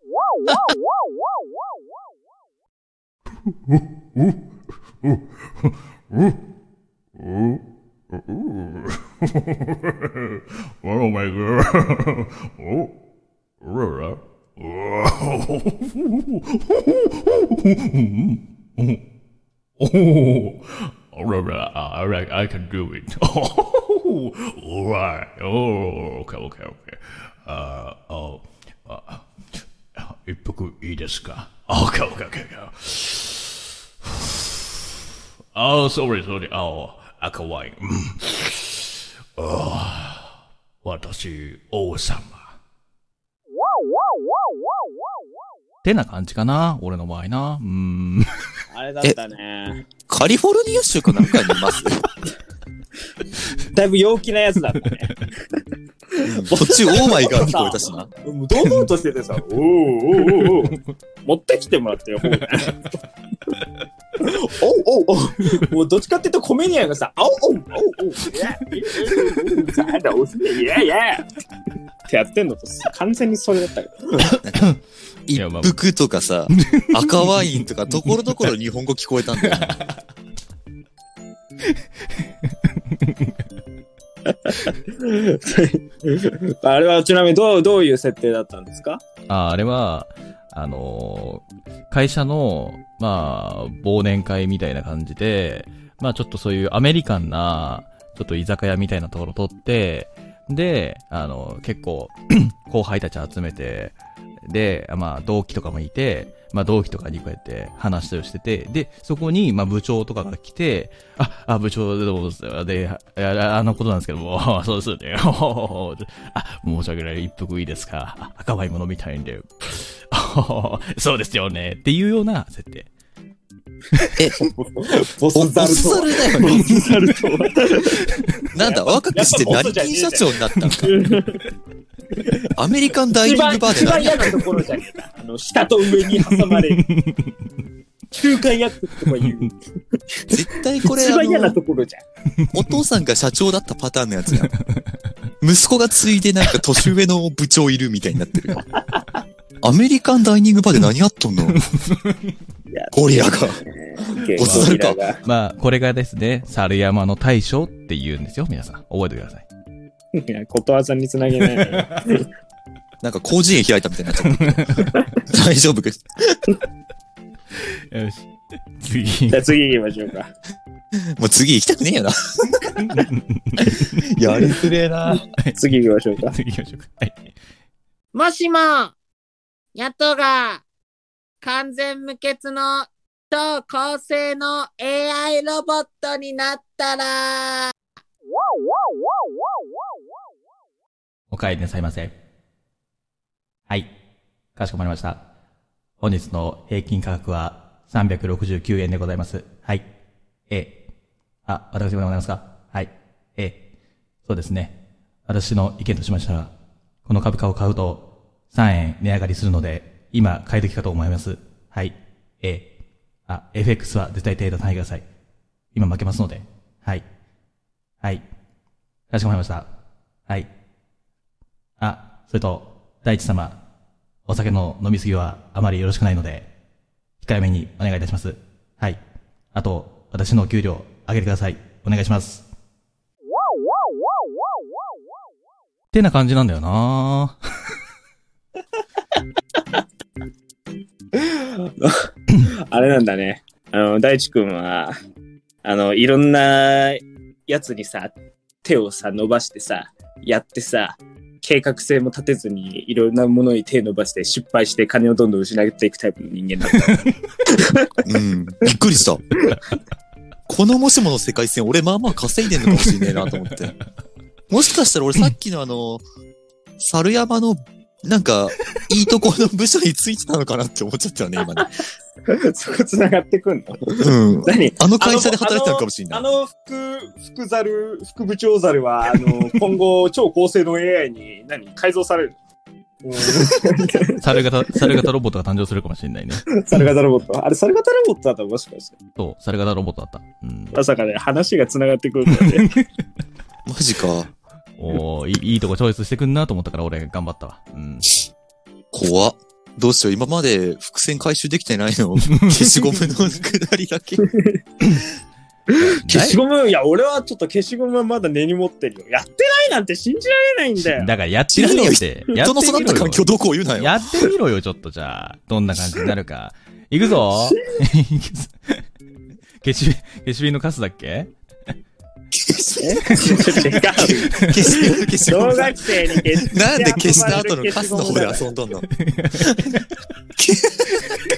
D: Oh my god. Oh. Aurora. Oh. Aurora, I, I- I can do it. Oh, all right. Oh, okay, okay, okay. Uh, oh. Uh, 一服いいですか ?OK, OK, OK, OK. ああ、sorry, sorry. ああ、赤ワイン。うん私、王様。
A: てな感じかな、俺の場合な。うーん。
B: あれだったね。
C: カリフォルニア州かなんかにいます。
B: だいぶ陽気なやつだったね。
C: 途中、オーマイガー聞こえたしな。
B: もう堂々としててさ、おーおーおーおー持ってきてもらってよ、ほうがおうおうおうもうどっちかっていうとコメディアンがさ、あおおうおうおういやいやいやさあだおすねいやいやってやってんのと完全にそれだったけど。
A: い
C: 一
A: やまあ
C: 服と かさ、赤ワインとか、ところどころ日本語聞こえたんだよな。
B: あれはちなみにどう、どういう設定だったんですか
A: ああれは、あのー会社の、まあ、忘年会みたいな感じで、まあちょっとそういうアメリカンな、ちょっと居酒屋みたいなとこ ろを取って、で、あの、結構、後輩たち集めて、で、まあ、同期とかもいて、まあ、同期とかにこうやって話したりをしてて、で、そこに、まあ、部長とかが来て、あ、あ、部長でどうもです、で、あああのことなんですけども、 そうですよね、ほほほあ、申し訳ない、一服いいですか、あ赤ワインも飲みたいんで、 あほほほそうですよね、っていうような設定。
B: ボ
C: お
B: スザルとは。
C: ルだよ
B: ボ
C: ね。
B: スザルとは。
C: なんだ、若くして何金社長になったんか。 アメリカンダイニ
B: 一
C: ン
B: 番、
C: グバー
B: 一
C: で
B: 番
C: 何
B: 嫌なところじゃねえか。あの、下と上に挟まれる。中間役とか言う。
C: 絶対これ、
B: 一
C: あ
B: 番嫌な
C: の、
B: ところじゃん。
C: お父さんが社長だったパターンのやつやん。息子が継いでなんか年上の部長いるみたいになってるよ。アメリカンダイニングバーで何やっとんの
B: いや
C: ゴリラが。ボスザル
B: ゴ
C: か
B: リラが
A: まあ、これがですね、猿山の大将って言うんですよ、皆さん。覚えてください。
B: いや、ことわざにつなげないね。
C: なんか工事園開いたみたいになっちゃった。大丈夫 か
A: よし。次
B: じゃ。あ次行きましょうか。
C: もう次行きたくねえよな。 やりづれえな。
B: 次行きましょう か。
A: 次行きましょうか。はい。
F: もしも、野党が完全無欠の超高性能 AI ロボットになったら、
A: お帰りなさいませ。はい。かしこまりました。本日の平均価格は369円でございます。はい。ええ。あ、私でございますかはい。ええ。そうですね。私の意見としましたら、この株価を買うと3円値上がりするので、今買い時かと思います。はい。ええ。あ、FX は絶対手出さないでください。今負けますので。はい。はい。かしこまりました。はい。あ、それと、大地様、お酒の飲みすぎはあまりよろしくないので、控えめにお願いいたします。はい。あと、私の給料上げてください。お願いします。ってな感じなんだよな
B: あれなんだね。あの、大地くんは、あの、いろんなやつにさ、手をさ、伸ばしてさ、やってさ、計画性も立てずに、いろんなものに手伸ばして、失敗して、金をどんどん失っていくタイプの人間だった。
C: うん。びっくりした。このもしもの世界線、俺まあまあ稼いでんのかもしれねえなと思って。もしかしたら俺さっきのあの、猿山の、なんか、いいとこの部署についてたのかなって思っちゃったよね、今ね。
B: そこ繋がってくんの
C: うん。
B: 何
C: あの会社で働いてたのかもしれない
B: あの、あの副、副ザル、副部長ザルは、あの、今後、超高性能 AI に、何、改造される。
A: 猿型、猿型ロボットが誕生するかもしれないね。
B: サルガタロボット。あれ、サルガタロボットだったもしかして。
A: そう、猿型ロボットだった。うん。
B: まさかね、話が繋がってくるんだよね。
C: マジか。
A: おーいい、いいとこチョイスしてくんなと思ったから俺頑張ったわ。うん。
C: 怖っ。どうしよう、今まで伏線回収できてない の。消しゴムのくだりだけ。
B: 消しゴム、いや、俺はちょっと消しゴムはまだ根に持ってるよ。やってないなんて信じられないんだよ。
A: だからやってみろって。や
C: 人
A: っ
C: の
A: て
C: 育
A: み
C: った
A: ろ
C: 環
A: よ
C: 境。どうこう言うなよ。
A: やってみろよ、ちょっとじゃあ。どんな感じになるか。いくぞ 消し、消し瓶のカスだっけ
C: 消し
B: 違う
C: 消しゴム、消しゴ
B: 小
C: ム。
B: 学生に消して
C: なんで消した後のカスの方で遊んどんの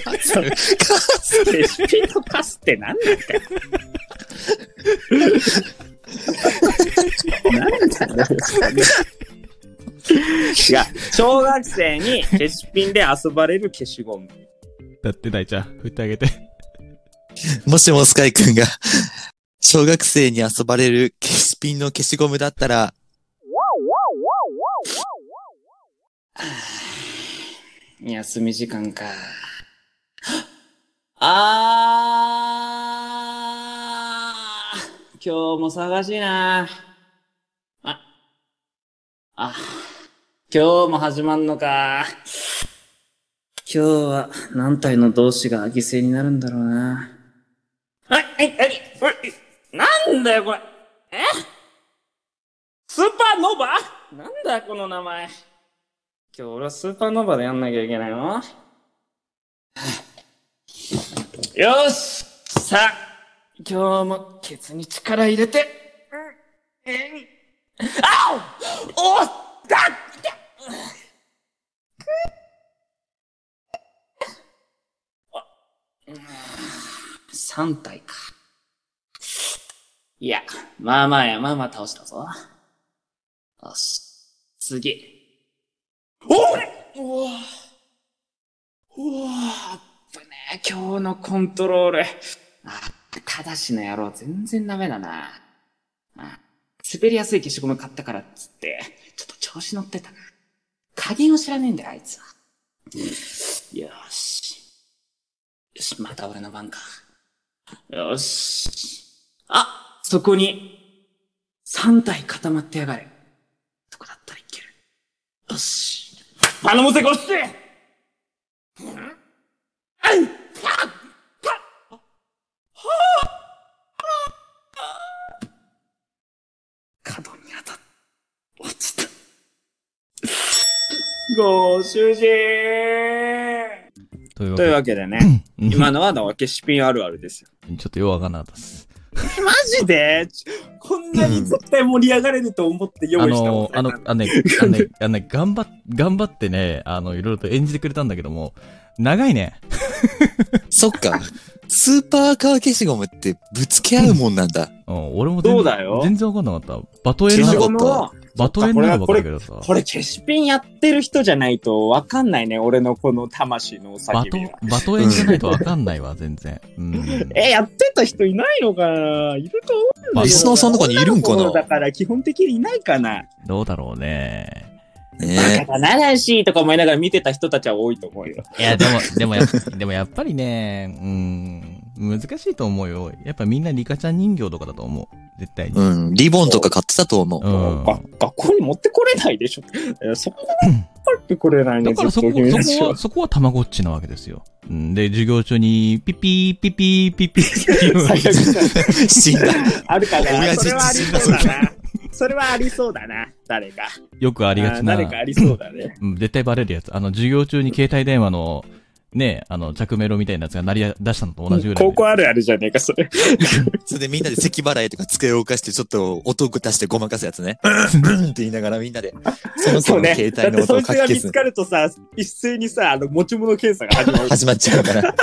C: カスカス
B: 消しピンとパスってなんだったよ。なんだったの違う。小学生に消しピンで遊ばれる消しゴム。
A: だって大ちゃん、振ってあげて。
C: もしもスカイくんが、 小学生に遊ばれる消しピンの消しゴムだったら、
F: 休み時間か。あー、今日も探しいな。あ、あ、今日も始まんのか。今日は何体の同士が犠牲になるんだろうな。はい、はい、はい、はいなんだよこれ。えスーパーノバなんだよこの名前。今日俺はスーパーノヴァでやんなきゃいけないのはあよしさあ今日もケツに力入れてうんうんあおおだっ3体か。いや、まあまあや、まあまあ倒したぞ。よし、次。おおわおわあぶねえ、今日のコントロール。あ、ただしの野郎、全然ダメだな。あ、滑りやすい消しゴム買ったからっつって、ちょっと調子乗ってたな。加減を知らねえんだよ、あいつは。よし。よし、また俺の番か。よし。あそこに、3体固まってやがれ。そこだったらいける。よし。頼むぜ、こっち角に当たっ、落ちた。ご主人
A: というわけ
B: という
A: で
B: わけでね、
A: うん
B: 今のは消しピンあるあるですよ。
A: ちょっとようわかんなかったです。
B: マジでちこんなに絶対盛り上がれると思って用
A: あ
B: 意したも
A: の
B: ん、ね
A: あの、あのね、あの ね、あのね、頑張っ、頑張ってね、あの、いろいろと演じてくれたんだけども、長いね。
C: そっか。スーパーカー消しゴムってぶつけ合うもんなんだ。
A: うん、俺も全然
B: そうだよ
A: 全然わかんなかった。バトエン
B: 消
A: な
B: しゴ
A: の、
B: ムを、
A: バトエンなのばっかりだけどさ。
B: これ消しピンやってる人じゃないとわかんないね、俺のこの魂の
A: バ
B: 叫
A: ト
B: びは。、
A: バトエンじゃないとわかんないわ、全然。うん。
B: え、やってた人いないのかないると思うんだけど。
A: リス
C: ナーさんとかにいるんかな
B: 女の子だから基本的にいないかな。
A: どうだろうね。
B: だ
C: ね
B: からならしいとか思いながら見てた人たちは多いと思うよ。
A: いや、でも、 でもやっ、でもやっぱりね、うん、難しいと思うよ。やっぱみんなリカちゃん人形とかだと思う。絶対に。
C: うん。リボンとか買ってたと思う。
A: うん。
B: が学校に持ってこれないでしょ。えそこに持ってこれないね、
A: だからそこ、
B: ずっと君た
A: そ
B: ち
A: こは、そこはたまごっちなわけですよ。うん、で、授業中に、ピピー、ピピー、ピピーっていう。
B: 最悪じゃん
C: 死んだ。
B: あるかな
C: 親
B: そ
C: 父
B: れはありそうだな。 それはありそうだな。誰か。
A: よくあ
B: あ
A: りがちな。
B: ー誰かありそうだね。
A: うん絶対バレるやつ。あの、授業中に携帯電話の、ね、あの、着メロみたいなやつが鳴り出したのと同じぐらいで。
B: 高校あるあるじゃねえか、それ。
C: それでみんなで咳払いとか机を動かしてちょっと音を出してごまかすやつね。うんうんって言いながらみんなで、その子
B: そう
C: の
B: ね。
C: 携
B: だっ
C: 帯
B: て
C: の音
B: そ
C: を
B: いつ
C: かき
B: が見
C: 消す
B: つ。かるとさ、一斉にさ、あの、持ち物検査が始まる。
C: 始まっちゃう から。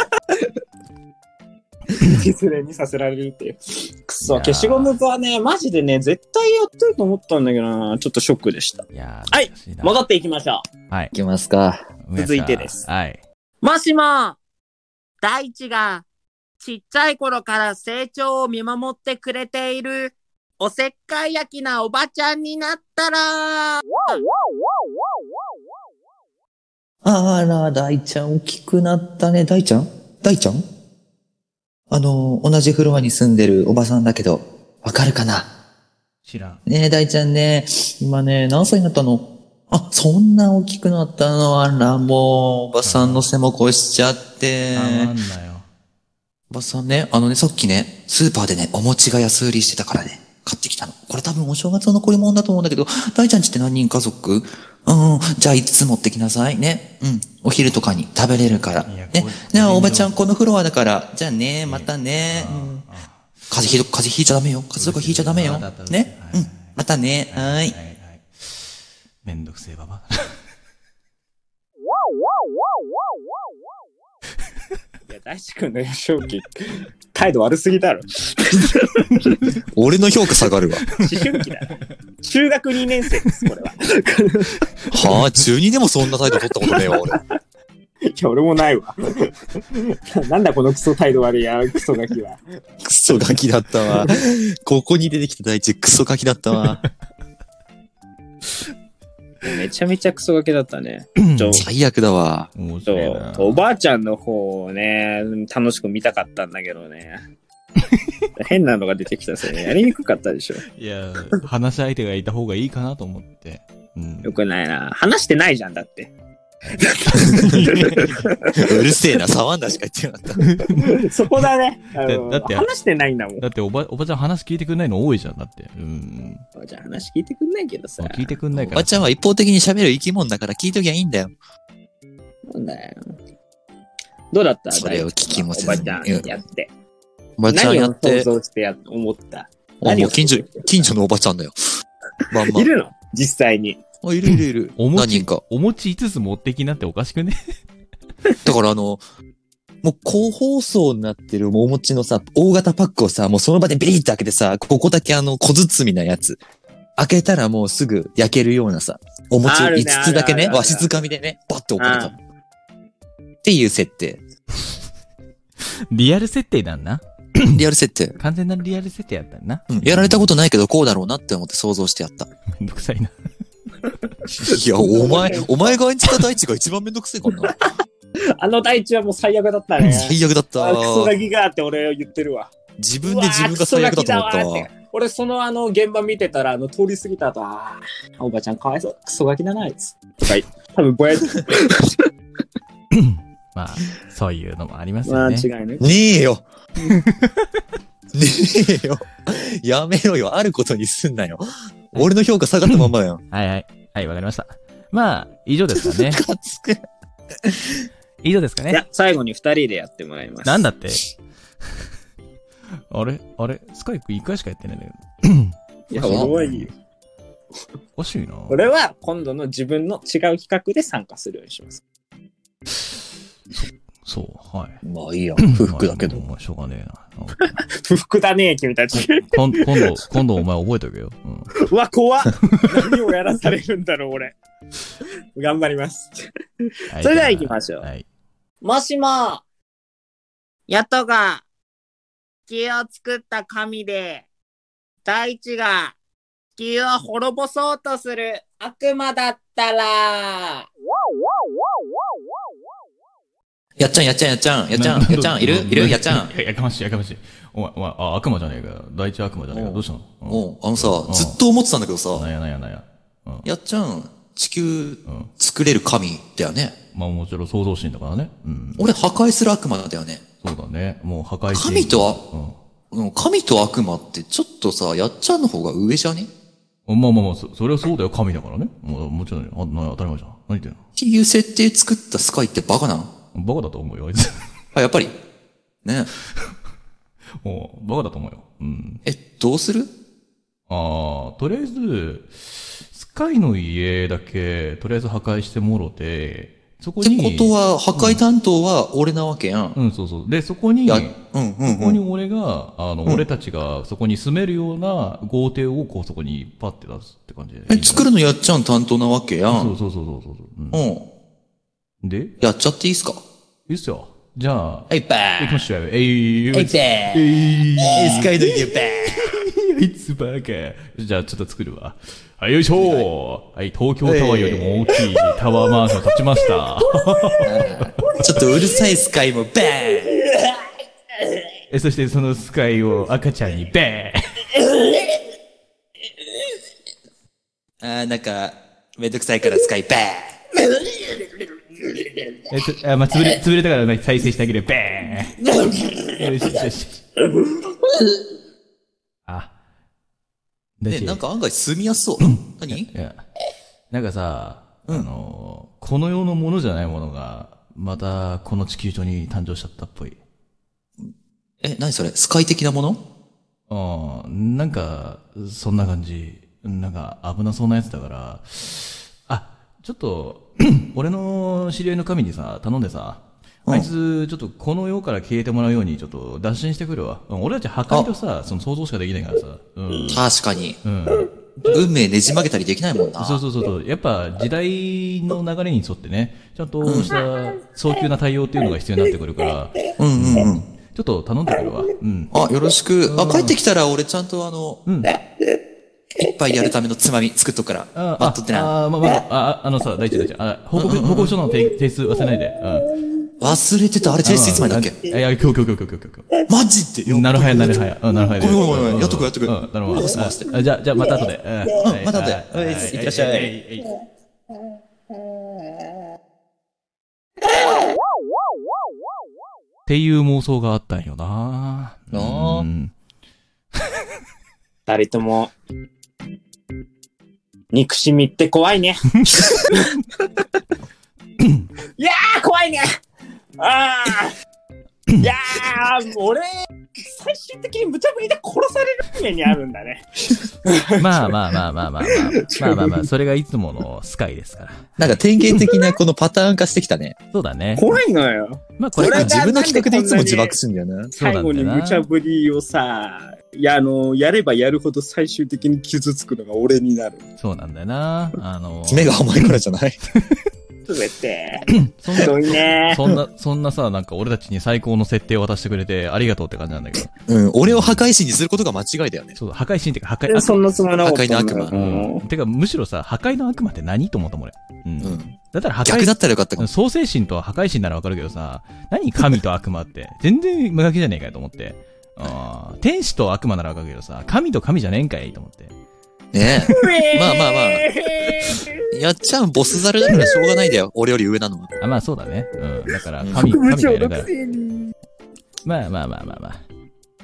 B: いずれにさせられるっていう。くそ、
A: いやー
B: 消しゴムはね、マジでね、絶対やってると思ったんだけどな、ちょっとショックでした。
A: いやー
B: はい
A: 懐かしいな
B: 戻っていきましょ
A: はい
C: い。きますか。
B: 続いてです
A: はい。
F: もしも、大地が、ちっちゃい頃から成長を見守ってくれている、おせっかい焼きなおばちゃんになったら、
C: あら、大ちゃん大きくなったね。大ちゃん大ちゃんあの、同じフロアに住んでるおばさんだけど、わかるかな
A: 知らん。
C: ねえ、大ちゃんね、今ね、何歳になったのあ、そんな大きくなったのあら、もう、おばさんの背も越しちゃって。
A: あ、なんだよ。
C: おばさんね、あのね、さっきね、スーパーでね、お餅が安売りしてたからね、買ってきたの。これ多分お正月の残り物だと思うんだけど、大ちゃんちって何人家族うん、じゃあ5つ持ってきなさいね。うん、お昼とかに食べれるから。
A: いや
C: ね
A: これ、
C: じゃあおばちゃんこのフロアだから、じゃあね、またね。うん風邪ひど、風邪ひいちゃダメよ。風邪とかひいちゃダメよ
A: あだった。だ
C: ね
A: は、い
C: うん、またね、はーい。
A: はい。はいめんどくせえばば。
B: う。いや、大地君の幼少期、態度悪すぎだろ。
C: 俺の評価下 がるわ。
B: 思春 期だろ。中学2年生です、これは。
C: はあ、中2でもそんな態度取ったことねえわ、俺。
B: いや、俺もないわ。 なんだこのクソ態度悪いや、クソガキは。
C: クソガキだった わ。ここに出てきた大地、クソガキだったわ。
B: めちゃめちゃクソガキだった ね。ちょ
C: 最悪だ わ。
A: 面
B: そ
A: 白いうな。
B: おばあちゃんの方をね、楽しく見たかったんだけどね。 変なのが出てきたせいでやりにくかったでしょ。
A: いや、話し相手がいた方がいいかなと思って。うん
B: よ。くないな。話してないじゃん、だって。
C: うるせえな、騒んだしか言ってなかっ
B: そこだね。あの
A: だって
B: 話してないんだもん
A: だ。っておば、おばちゃん話聞いてくんないの多いじゃん、だって。うん。
B: じゃあ話聞いてくんないけどさ。
A: 聞いてくんない
C: た。
A: か
C: おば
A: ら。
C: ちゃんは一方的に喋る生き物だから聞いときゃいいんだよ。
B: なんだよ。どうだった
C: それを聞きもせず
B: 大地はおばちゃんやって。
C: おばちゃん
B: 何
C: や
B: を
C: って、
B: 想像してや思った
C: あ、
B: 何
C: も
B: を
C: う近所、近所のおばちゃんだよ。まんま
B: い。るの実際に。
C: あ、いるいるいる。
A: お
C: 何
A: 餅
C: 人か。
A: お餅5つ持ってきなっておかしくね
C: だからあの、もう高包装になってるもうお餅のさ、大型パックをさ、もうその場でビリッと開けてさ、ここだけあの小包みなやつ。開けたらもうすぐ焼けるようなさ、お餅を
B: あるね
C: 5つだけ
B: あ
C: ね、
B: るあるある
C: 和室紙でね、バッと置かれたの。っていう設定。
A: リアル設定だんな。
C: リアル設定。
A: 完全なリアル設定やったんな。
C: うん。やられたことないけど、こうだろうなって思って想像し てやった。
A: めんどくさいな。
C: いや、お前、お前が演じた大地が一番めんどくせえかな。
B: あの大地はもう最悪だった ね。
C: 最悪だった
B: あクソガキがって俺言ってるわ。
C: 自分で自分が最悪だと思っ
B: うわ
C: た
B: ークソガキだわー
C: わ
B: っ。て俺そのあの現場見てたらあの通り過ぎた後あーおばちゃんかわいそうクソガキだなあいつとか多分ぼやいて
A: まあ、そういうのもあります
B: ま
A: よ
B: あ
A: ね。
B: 違 いね
C: ねえよ。ねえよ。やめろよ。あることにすんなよ。俺の評価下がったまんまだよ。
A: はいはい。はい、わかりました。まあ、以上です かね。
C: かつく。
A: 以上ですか
B: い
A: ね。
B: や最後に二人でやってもらいます
A: なんだって。 あれあれスカイプ1回しかやってないんだけど。
B: いや俺はいいよ
A: おかしいな。
B: 俺は今度の自分の違う企画で参加するようにします
A: そう、 はい。
C: まあいいや。不服だけど。
A: まあしょうがねえな。うん
B: 不服だね君た ち
A: 今今度、今度お前覚えておけよ。 うん。
B: うわ怖っ何をやらされるんだろう俺頑張ります
A: はい
B: それでは行きましょう
A: はい。
F: もしも、ヤトが地球を作った神で、大地が地球を滅ぼそうとする悪魔だったら、
C: やっちゃん、やっちゃん、やっちゃん、やっちゃん、
A: な
C: やっちゃん、いるいるやっちゃん。
A: ややかましい、やかましい。お前、お前、あ、悪魔じゃねえかよ。第一悪魔じゃねえかよ。どうしたのうん
C: おうあのさ
A: う、ん
C: ずっと思ってたんだけどさ
A: なん、やなんやなんや。うん。
C: やっちゃん、地球
A: ん、
C: 作れる神だよね。
A: まあもちろん創造神だからね。うん。
C: 俺、破壊する悪魔だよね。
A: そうだね。もう破壊神
C: 神とは、
A: うん。
C: うん神と悪魔ってちょっとさ、やっちゃんの方が上じゃね
A: まあまあまあ、そそれはそうだよ。神だからね。もうもちろん、あな当たり前じゃん。何言ってん
C: っていう設定作ったスカイってバカなの
A: のバカだと思うよ、あいつ。
C: あ、やっぱり。ね
A: もう、バカだと思うよ。うん。
C: え。え、どうする
A: ああ、とりあえず、スカイの家だけ、とりあえず破壊してもろて、そこ
C: って
A: に。
C: ことは、破壊担当は俺なわけやん。
A: うん、そうそう。で、そこに、
C: や、う
A: そ
C: んうん
A: こ
C: うん。
A: に俺が、あの、俺たちがそこに住めるような豪邸をこうそこにパッて出すって感じで。
C: え、作るのやっちゃん担当なわけや。
A: そうんそうそうそうそう。うん
C: うん。
A: で、い
C: やっちゃっていいっすか
A: いっすよ。じゃあ、
C: はい、ばー
A: 行きましょうよ。えい、えい、
C: べー
A: えい、
C: スカイの家ば
A: あいつバカ。じゃあちょっと作るわ。はい、よいしょはい、東京タワーよりも大きいタワーマンション建ちました。
C: ーちょっとうるさいスカイもばー
A: え、そしてそのスカイを赤ちゃんにベー
C: あー、なんか、めんどくさいからスカイばー
A: えつあ、まあ、潰れ、潰れたからね再生してあげる。ベーンよしよしよし。あ、だ
C: ね、なんか案外住みやすそう。何
A: いや、なんかさ、あの、この世のものじゃないものが、またこの地球上に誕生しちゃったっぽい。
C: え、何それスカイ的なもの
A: うん、なんか、そんな感じ。なんか、危なそうなやつだから。あ、ちょっと、 俺の知り合いの神にさ、頼んでさ、あいつ、ちょっとこの世から消えてもらうように、ちょっと脱進してくるわ。うん俺たち破壊とさ、その想像しかできないからさ。うん。
C: 確かに。
A: うん。
C: 運命ねじ曲げたりできないもんな。
A: そうそうそうそう。やっぱ時代の流れに沿ってね、ちゃんとした早急な対応っていうのが必要になってくるから、ち
C: うんうんうん。
A: ょっと頼んでくるわ。うん。
C: あ、よろしく。あ、帰ってきたら俺ちゃんとあの、
A: うん
C: いっぱいやるためのつまみ作っとくから。
A: あ
C: 待っとってな。
A: あ、あまあまあ、あ、あのさ、大一大一あ、報告、報告書の提提出忘れないで。うん。
C: 忘れてた。あれ、提出いつまでだっけ
A: うんいや、今日今日今日今日今日今
C: マジで
A: 日。なるはや、なるは
C: は
A: や。うん、なるはやで。
C: ごめんごめんごめんやっとくやっとく
A: うん、なるほど。あじゃあ、じゃあ、また後で。うん
C: うんまた後で
A: はい
C: うんいってらっしゃい
A: はいっていう妄想があったんよな
C: なあ
A: うん
B: 二人とも憎しみって怖 いねい やー怖いねああいやーもう俺最終的に無茶ぶりで殺される目にあるんだね。
A: まあまあまあまあまあまあ。まあまあまあ、それがいつものスカイですから。
C: なんか典型的なこのパターン化してきたね。
A: そうだね。
B: 怖いのよ。
A: まあこ
C: これ
A: れが
B: それ
C: 自分の企画でいつも自爆するんだよ
A: そう
C: な。
A: な
B: 最
A: んだよな
B: 後に無茶ぶりをさ、いや、あの、やればやるほど最終的に傷つくのが俺になる。
A: そうなんだよな。あの、
C: 目が甘いからじゃない。
B: すべ て。
A: そん
B: ひ
A: な、
B: どいね。
A: そんな、そんなさ、なんか俺たちに最高の設定を渡してくれてありがとうって感じなんだけど。
C: うん、俺を破壊神にすることが間違いだよね。
A: そう、破壊神っていうか破壊悪
B: そんなつまらなかった
C: 破壊の悪
A: うん。てか、むしろさ、破壊の悪魔って何と思ったもん、俺。うん。
C: うん。
A: だったら破
C: 逆だ
A: 壊
C: ったらよかったかも。
A: 創生神と破壊神ならわかるけどさ、何神と悪魔って、全然無駄けじゃねえかよと思って。あー天使と悪魔ならわかるけどさ、神と神じゃねえんかいと思って。
C: ねえ。まあ まあまあ。
B: あ。
C: やっちゃんボスザルだからしょうがないんだよ。俺より上なのは。
A: あ、まあそうだね。うん。だから、
C: うん
A: 神、
B: 無
A: 神が
B: 情
A: いる
B: の
A: から
B: く。せに。
A: まあまあまあまあま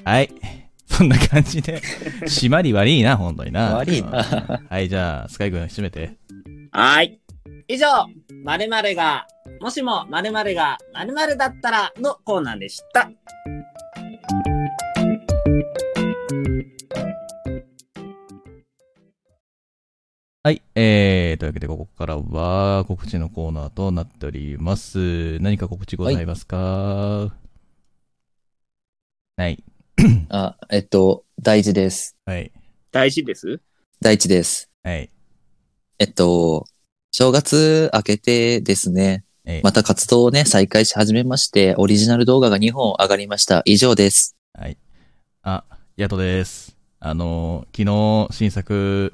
A: あ。はい。 そんな感じで、締まり悪いな、本当にな。
C: 悪いな
A: うん。はい、じゃあ、スカイ君締めて。
F: はい。以上、〇〇が、もしも〇〇が〇〇だったらのコーナーでした。
A: はい、えー、というわけで、ここからは告知のコーナーとなっております。何か告知ございますか、ない。
C: あ、えっと、大事です。
A: はい。
B: 大事です
C: 大事です。
A: はい。
C: えっと、正月明けてですね、
A: えー
C: また活動をね、再開し始めまして、オリジナル動画が2本上がりました。以上です。
A: はい。あ、ヤトです。あの、昨日、新作、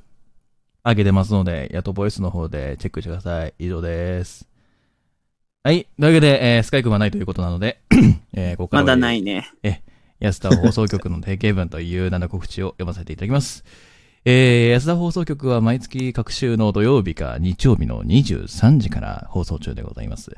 A: 上げてますので、ヤトボイスの方でチェックしてください。以上です。はい。というわけで、えースカイ君はないということなので、 えーここから
B: ま
A: は
B: だないね。
A: 安田放送局の提携文という名の告知を読ませていただきます。えー、安田放送局は毎月各週の土曜日か日曜日の23時から放送中でございます。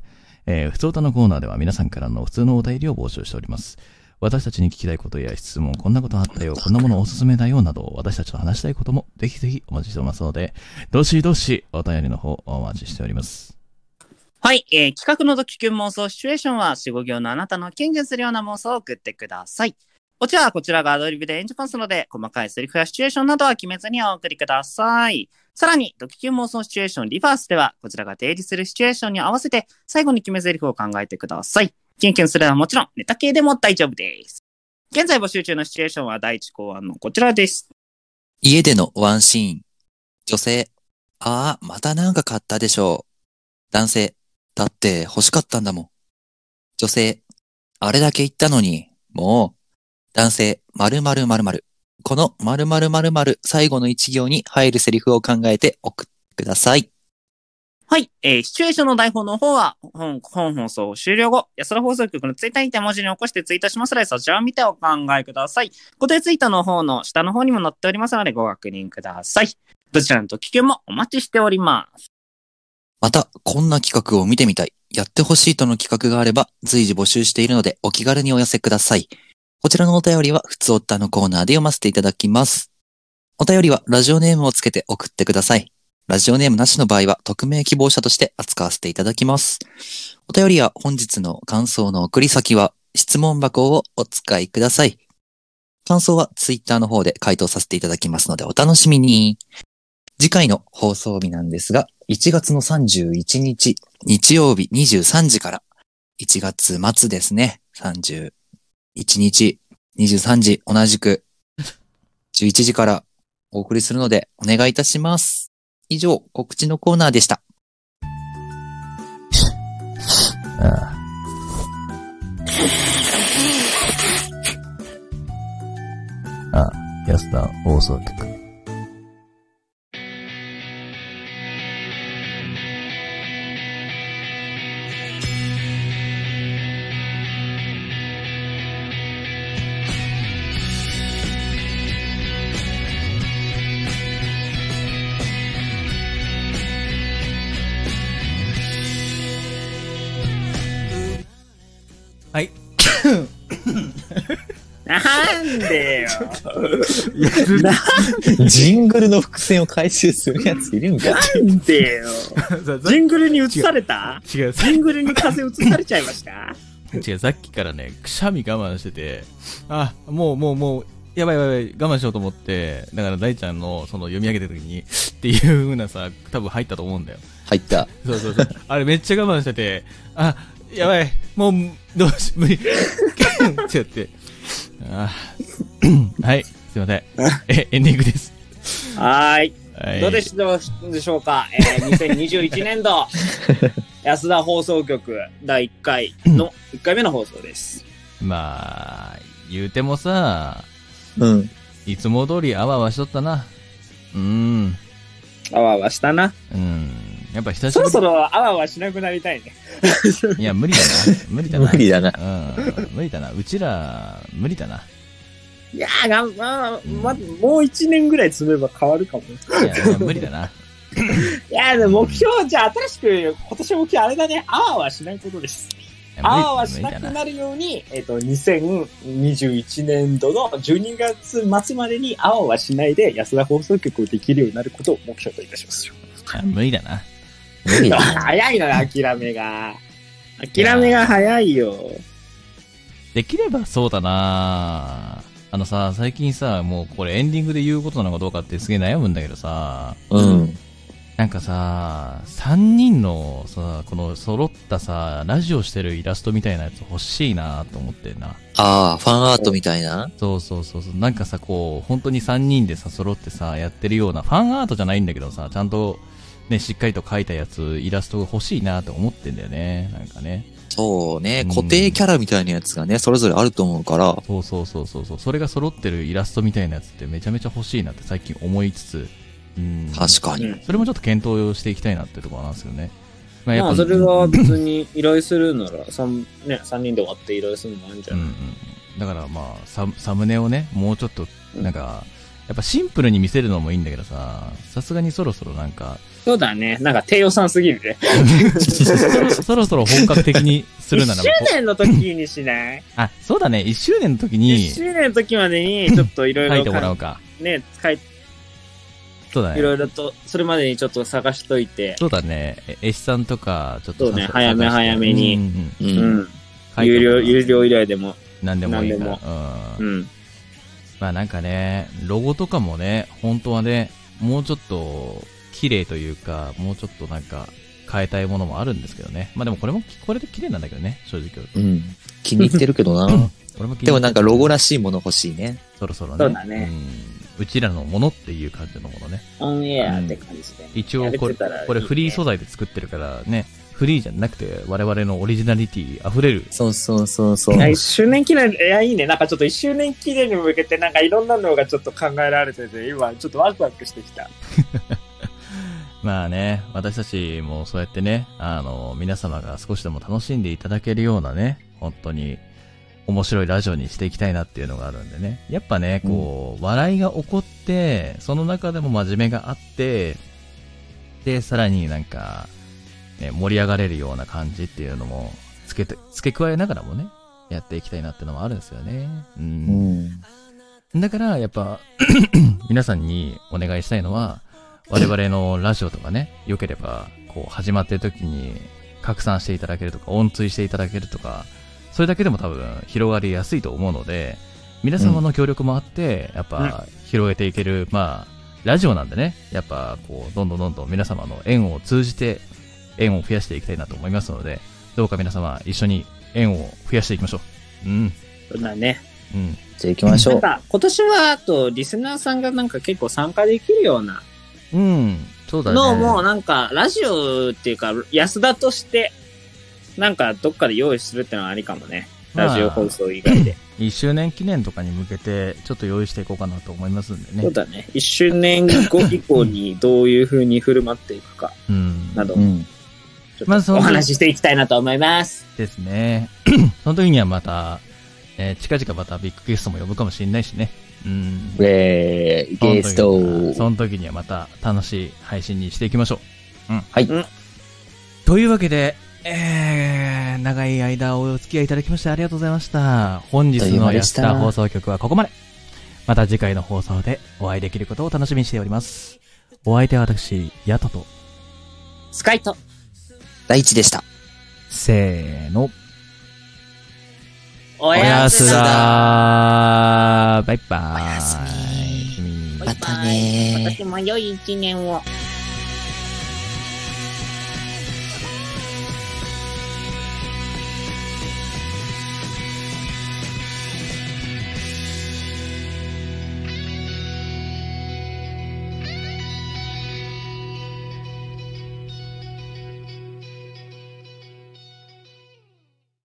A: えー、普通歌のコーナーでは皆さんからの普通のお便りを募集しております。私たちに聞きたいことや質問、こんなことあったよ、こんなものおすすめだよなど、私たちと話したいこともぜひぜひお待ちしておりますので、どしどしお便りの方お待ちしております。
F: はい、えー企画のドキュン妄想シチュエーションは、四五行のあなたのキュンキュンするような妄想を送ってください。こちらはこちらがアドリブで演じますので、細かいセリフやシチュエーションなどは決めずにお送りください。さらに、ドキュン妄想シチュエーションリバースでは、こちらが提示するシチュエーションに合わせて、最後に決めセリフを考えてください。キュンキュンするのはもちろん、ネタ系でも大丈夫です。現在募集中のシチュエーションは第一考案のこちらです。
C: 家でのワンシーン。女性、ああ、またなんか買ったでしょう。男性、だって欲しかったんだもん。女性、あれだけ言ったのに、もう。男性、〇〇〇〇。この〇〇〇〇最後の一行に入るセリフを考えて送ってください。
F: はい、えーシチュエーションの台本の方は、本、本放送終了後、安田放送局のツイッターにて文字に起こしてツイートしますので、そちらを見てお考えください。固定ツイートの方の下の方にも載っておりますので、ご確認ください。どちらの時もお待ちしております。
C: また、こんな企画を見てみたい。やってほしいとの企画があれば、随時募集しているので、お気軽にお寄せください。こちらのお便りは、ふつおったのコーナーで読ませていただきます。お便りは、ラジオネームをつけて送ってください。ラジオネームなしの場合は、匿名希望者として扱わせていただきます。お便りや本日の感想の送り先は、質問箱をお使いください。感想は、ツイッターの方で回答させていただきますので、お楽しみに。次回の放送日なんですが、1月の31日、日曜日23時から、1月末ですね、31日、23時、同じく、11時からお送りするので、お願いいたします。以上、告知のコーナーでした。
A: 安田放送局。はい。
B: な んでよ。
C: ジングルの伏線を回収するやついるんか
B: なんでよ。ジングルに移された
A: 違う、
B: ジングルに風移されちゃいました
A: 違う、さっきからね、くしゃみ我慢してて、あ、もうもうもう、やばいやばいやばい、我慢しようと思って、だから大ちゃんのその読み上げてる時に、っていう風なさ、多分入ったと思うんだよ。
C: 入った。
A: そうそう そう。あれめっちゃ我慢してて、あ、やばい、もう、どうし、無理。ってやって。あーはい、すいません。え、エンディングです。
B: はーい。
A: はい、
B: どうでしたでしょうか、えー、2021年 度安田放送局第1回の1回目の放送です。
A: まあ、言うてもさ、
C: うん。
A: いつも通りあわあわしとったな。うーん。
B: あわあわしたな。
A: うん。やっぱ久し
B: そ
A: ぶり
B: ろそろあわあわしなくなりたいね。
A: いや、無理だな。無理だな。
C: 無理だな。
A: うん。無理だな。うちら、無理だ な。
B: いやーがん、まあ、ま、もう1年ぐらい積めば変わるかも。
A: いや、いや無理だな。
B: いやーでも目標、じゃあ新しく、今年の目標あれだね、あわあわしないことです。
A: いや無理
B: あわあわし
A: 無
B: な
A: 理
B: く
A: だ
B: なるように、えっ、と、2021年度の12月末までにあわあわしないで安田放送局をできるようになることを目標といたします。
A: いや無理だな。
C: 無理だな。
B: 早いな、諦めが。諦めが早いよ。
A: できればそうだなあのさ、最近さ、もうこれエンディングで言うことなのかどうかってすげえ悩むんだけどさ、
C: うん。
A: なんかさ、3人のさ、この揃ったさ、ラジオしてるイラストみたいなやつ欲しいなと思ってんな。
C: ああ、ファンアートみたいな
A: そうそうそうそう。なんかさ、こう、本当に3人でさ、揃ってさ、やってるような、ファンアートじゃないんだけどさ、ちゃんと、ね、しっかりと描いたやつ、イラストが欲しいなって思ってんだよね。なんかね。
C: そうね
A: う。ん
C: 固定キャラみたいなやつがね、それぞれあると思うから。
A: そうそうそうそうそう。それが揃ってるイラストみたいなやつってめちゃめちゃ欲しいなって最近思いつつ、うん。
C: 確かに。
A: それもちょっと検討していきたいなってところなんですよね。まあ
B: まあ、
A: ぱ
B: それは別に依頼するなら、三ね、3人で終わって依頼するのもあるんじゃ
A: うんう
B: ない、
A: ん。だからまあサム、サムネをね、もうちょっと、なんか、やっぱシンプルに見せるのもいいんだけどさ、さすがにそろそろなんか、
B: そうだね。なんか低予算すぎるね。
A: そろそろそろ本格的にするなら
B: 1周年の時にしない
A: あ、そうだね、1周年の時
B: ?1
A: に
B: 周年の時までに、ちょっといろい
A: 書いて
B: ろ
A: も、らおうか。
B: ね、書い
A: そうだ
B: い
A: ね。
B: ろいろと、それまでにちょっと探しといて、
A: そうだね、え絵師さんとか、ちょっと
B: そうね
A: さ
B: 早め
A: 探して
B: 早めに
A: うんうん
C: う。
B: うんん。
A: 書いて
B: 有
A: もらお
B: 料、
A: う
B: 有料依頼でも、
A: 何でもいいから。
B: 何
A: うん
B: う。ん。
A: まあなんかね、ロゴとかもね、本当はね、もうちょっと綺麗というか、もうちょっとなんか変えたいものもあるんですけどね。まあでもこれも、これで綺麗なんだけどね、正直言うと。
C: うん。気に入ってるけど な。
A: 俺も気に入って
C: でもなんかロゴらしいもの欲しいね。
A: そろそろね。
B: そうだね
A: うん。うちらのものっていう感じのものね。
B: オンエアって感じで、
A: 一応これ、これフリー素材で作ってるからね、フリーじゃなくて我々のオリジナリティ溢れる。
C: そうそうそうそう。
B: 1周年記念、いや、いいね。なんかちょっと1周年記念に向けて、なんかいろんなのがちょっと考えられてて、今、ちょっとワクワクしてきた。
A: まあね、私たちもそうやってね、あの、皆様が少しでも楽しんでいただけるようなね、本当に面白いラジオにしていきたいなっていうのがあるんでね。やっぱね、こう、笑いが起こって、その中でも真面目があって、で、さらになんか、ね、盛り上がれるような感じっていうのも、付けて、付け加えながらもね、やっていきたいなってのもあるんですよね。うん
C: うん。
A: だから、やっぱ、 皆さんにお願いしたいのは、我々のラジオとかね、良ければ、こう、始まってる時に拡散していただけるとか、音追していただけるとか、それだけでも多分広がりやすいと思うので、皆様の協力もあって、やっぱ、広げていける、まあ、ラジオなんでね、やっぱ、こう、どんどんどんどん皆様の縁を通じて、縁を増やしていきたいなと思いますので、どうか皆様、一緒に縁を増やしていきましょう。うん、
B: そうだね。
A: うん。
C: じゃあ行きまし
B: な
C: ょ
B: ん
C: う。
B: か、今年は、あと、リスナーさんがなんか結構参加できるような
A: うん、そうだね。
B: のも、なんか、ラジオっていうか、安田として、なんか、どっかで用意するってのはありかもね。
A: まあ
B: ラジオ放送以外で。
A: 1周年記念とかに向けて、ちょっと用意していこうかなと思いますんで
B: そう
A: ね。
B: だね。1周年後以降にどういう風に振る舞っていくか、
A: うん。
B: など
C: う、ん。
B: ちょ
A: ま
B: っ
A: ずそ
B: と
A: の
B: お話ししていきたいなと思います。
A: ですね。 その時にはまた、えー近々またビッグゲストも呼ぶかもしれないしね。うん。
C: えー、ゲスト
A: そ。の時にはその時にはまた楽しい配信にしていきましょう。うん。
C: はい
B: うん
A: というわけで、えー、長い間お付き合いいただきましてありがとうございました。本日の安田放送局はここまで。また次回の放送でお会いできることを楽しみにしております。お相手は私、ヤトと、
B: スカイト。
C: 第一でした。
A: せーの。
F: お
A: おやす
F: だ
A: だバイバーイ。
C: おやすみ
A: おやすみ
C: またねー。
G: 私も良い一年を。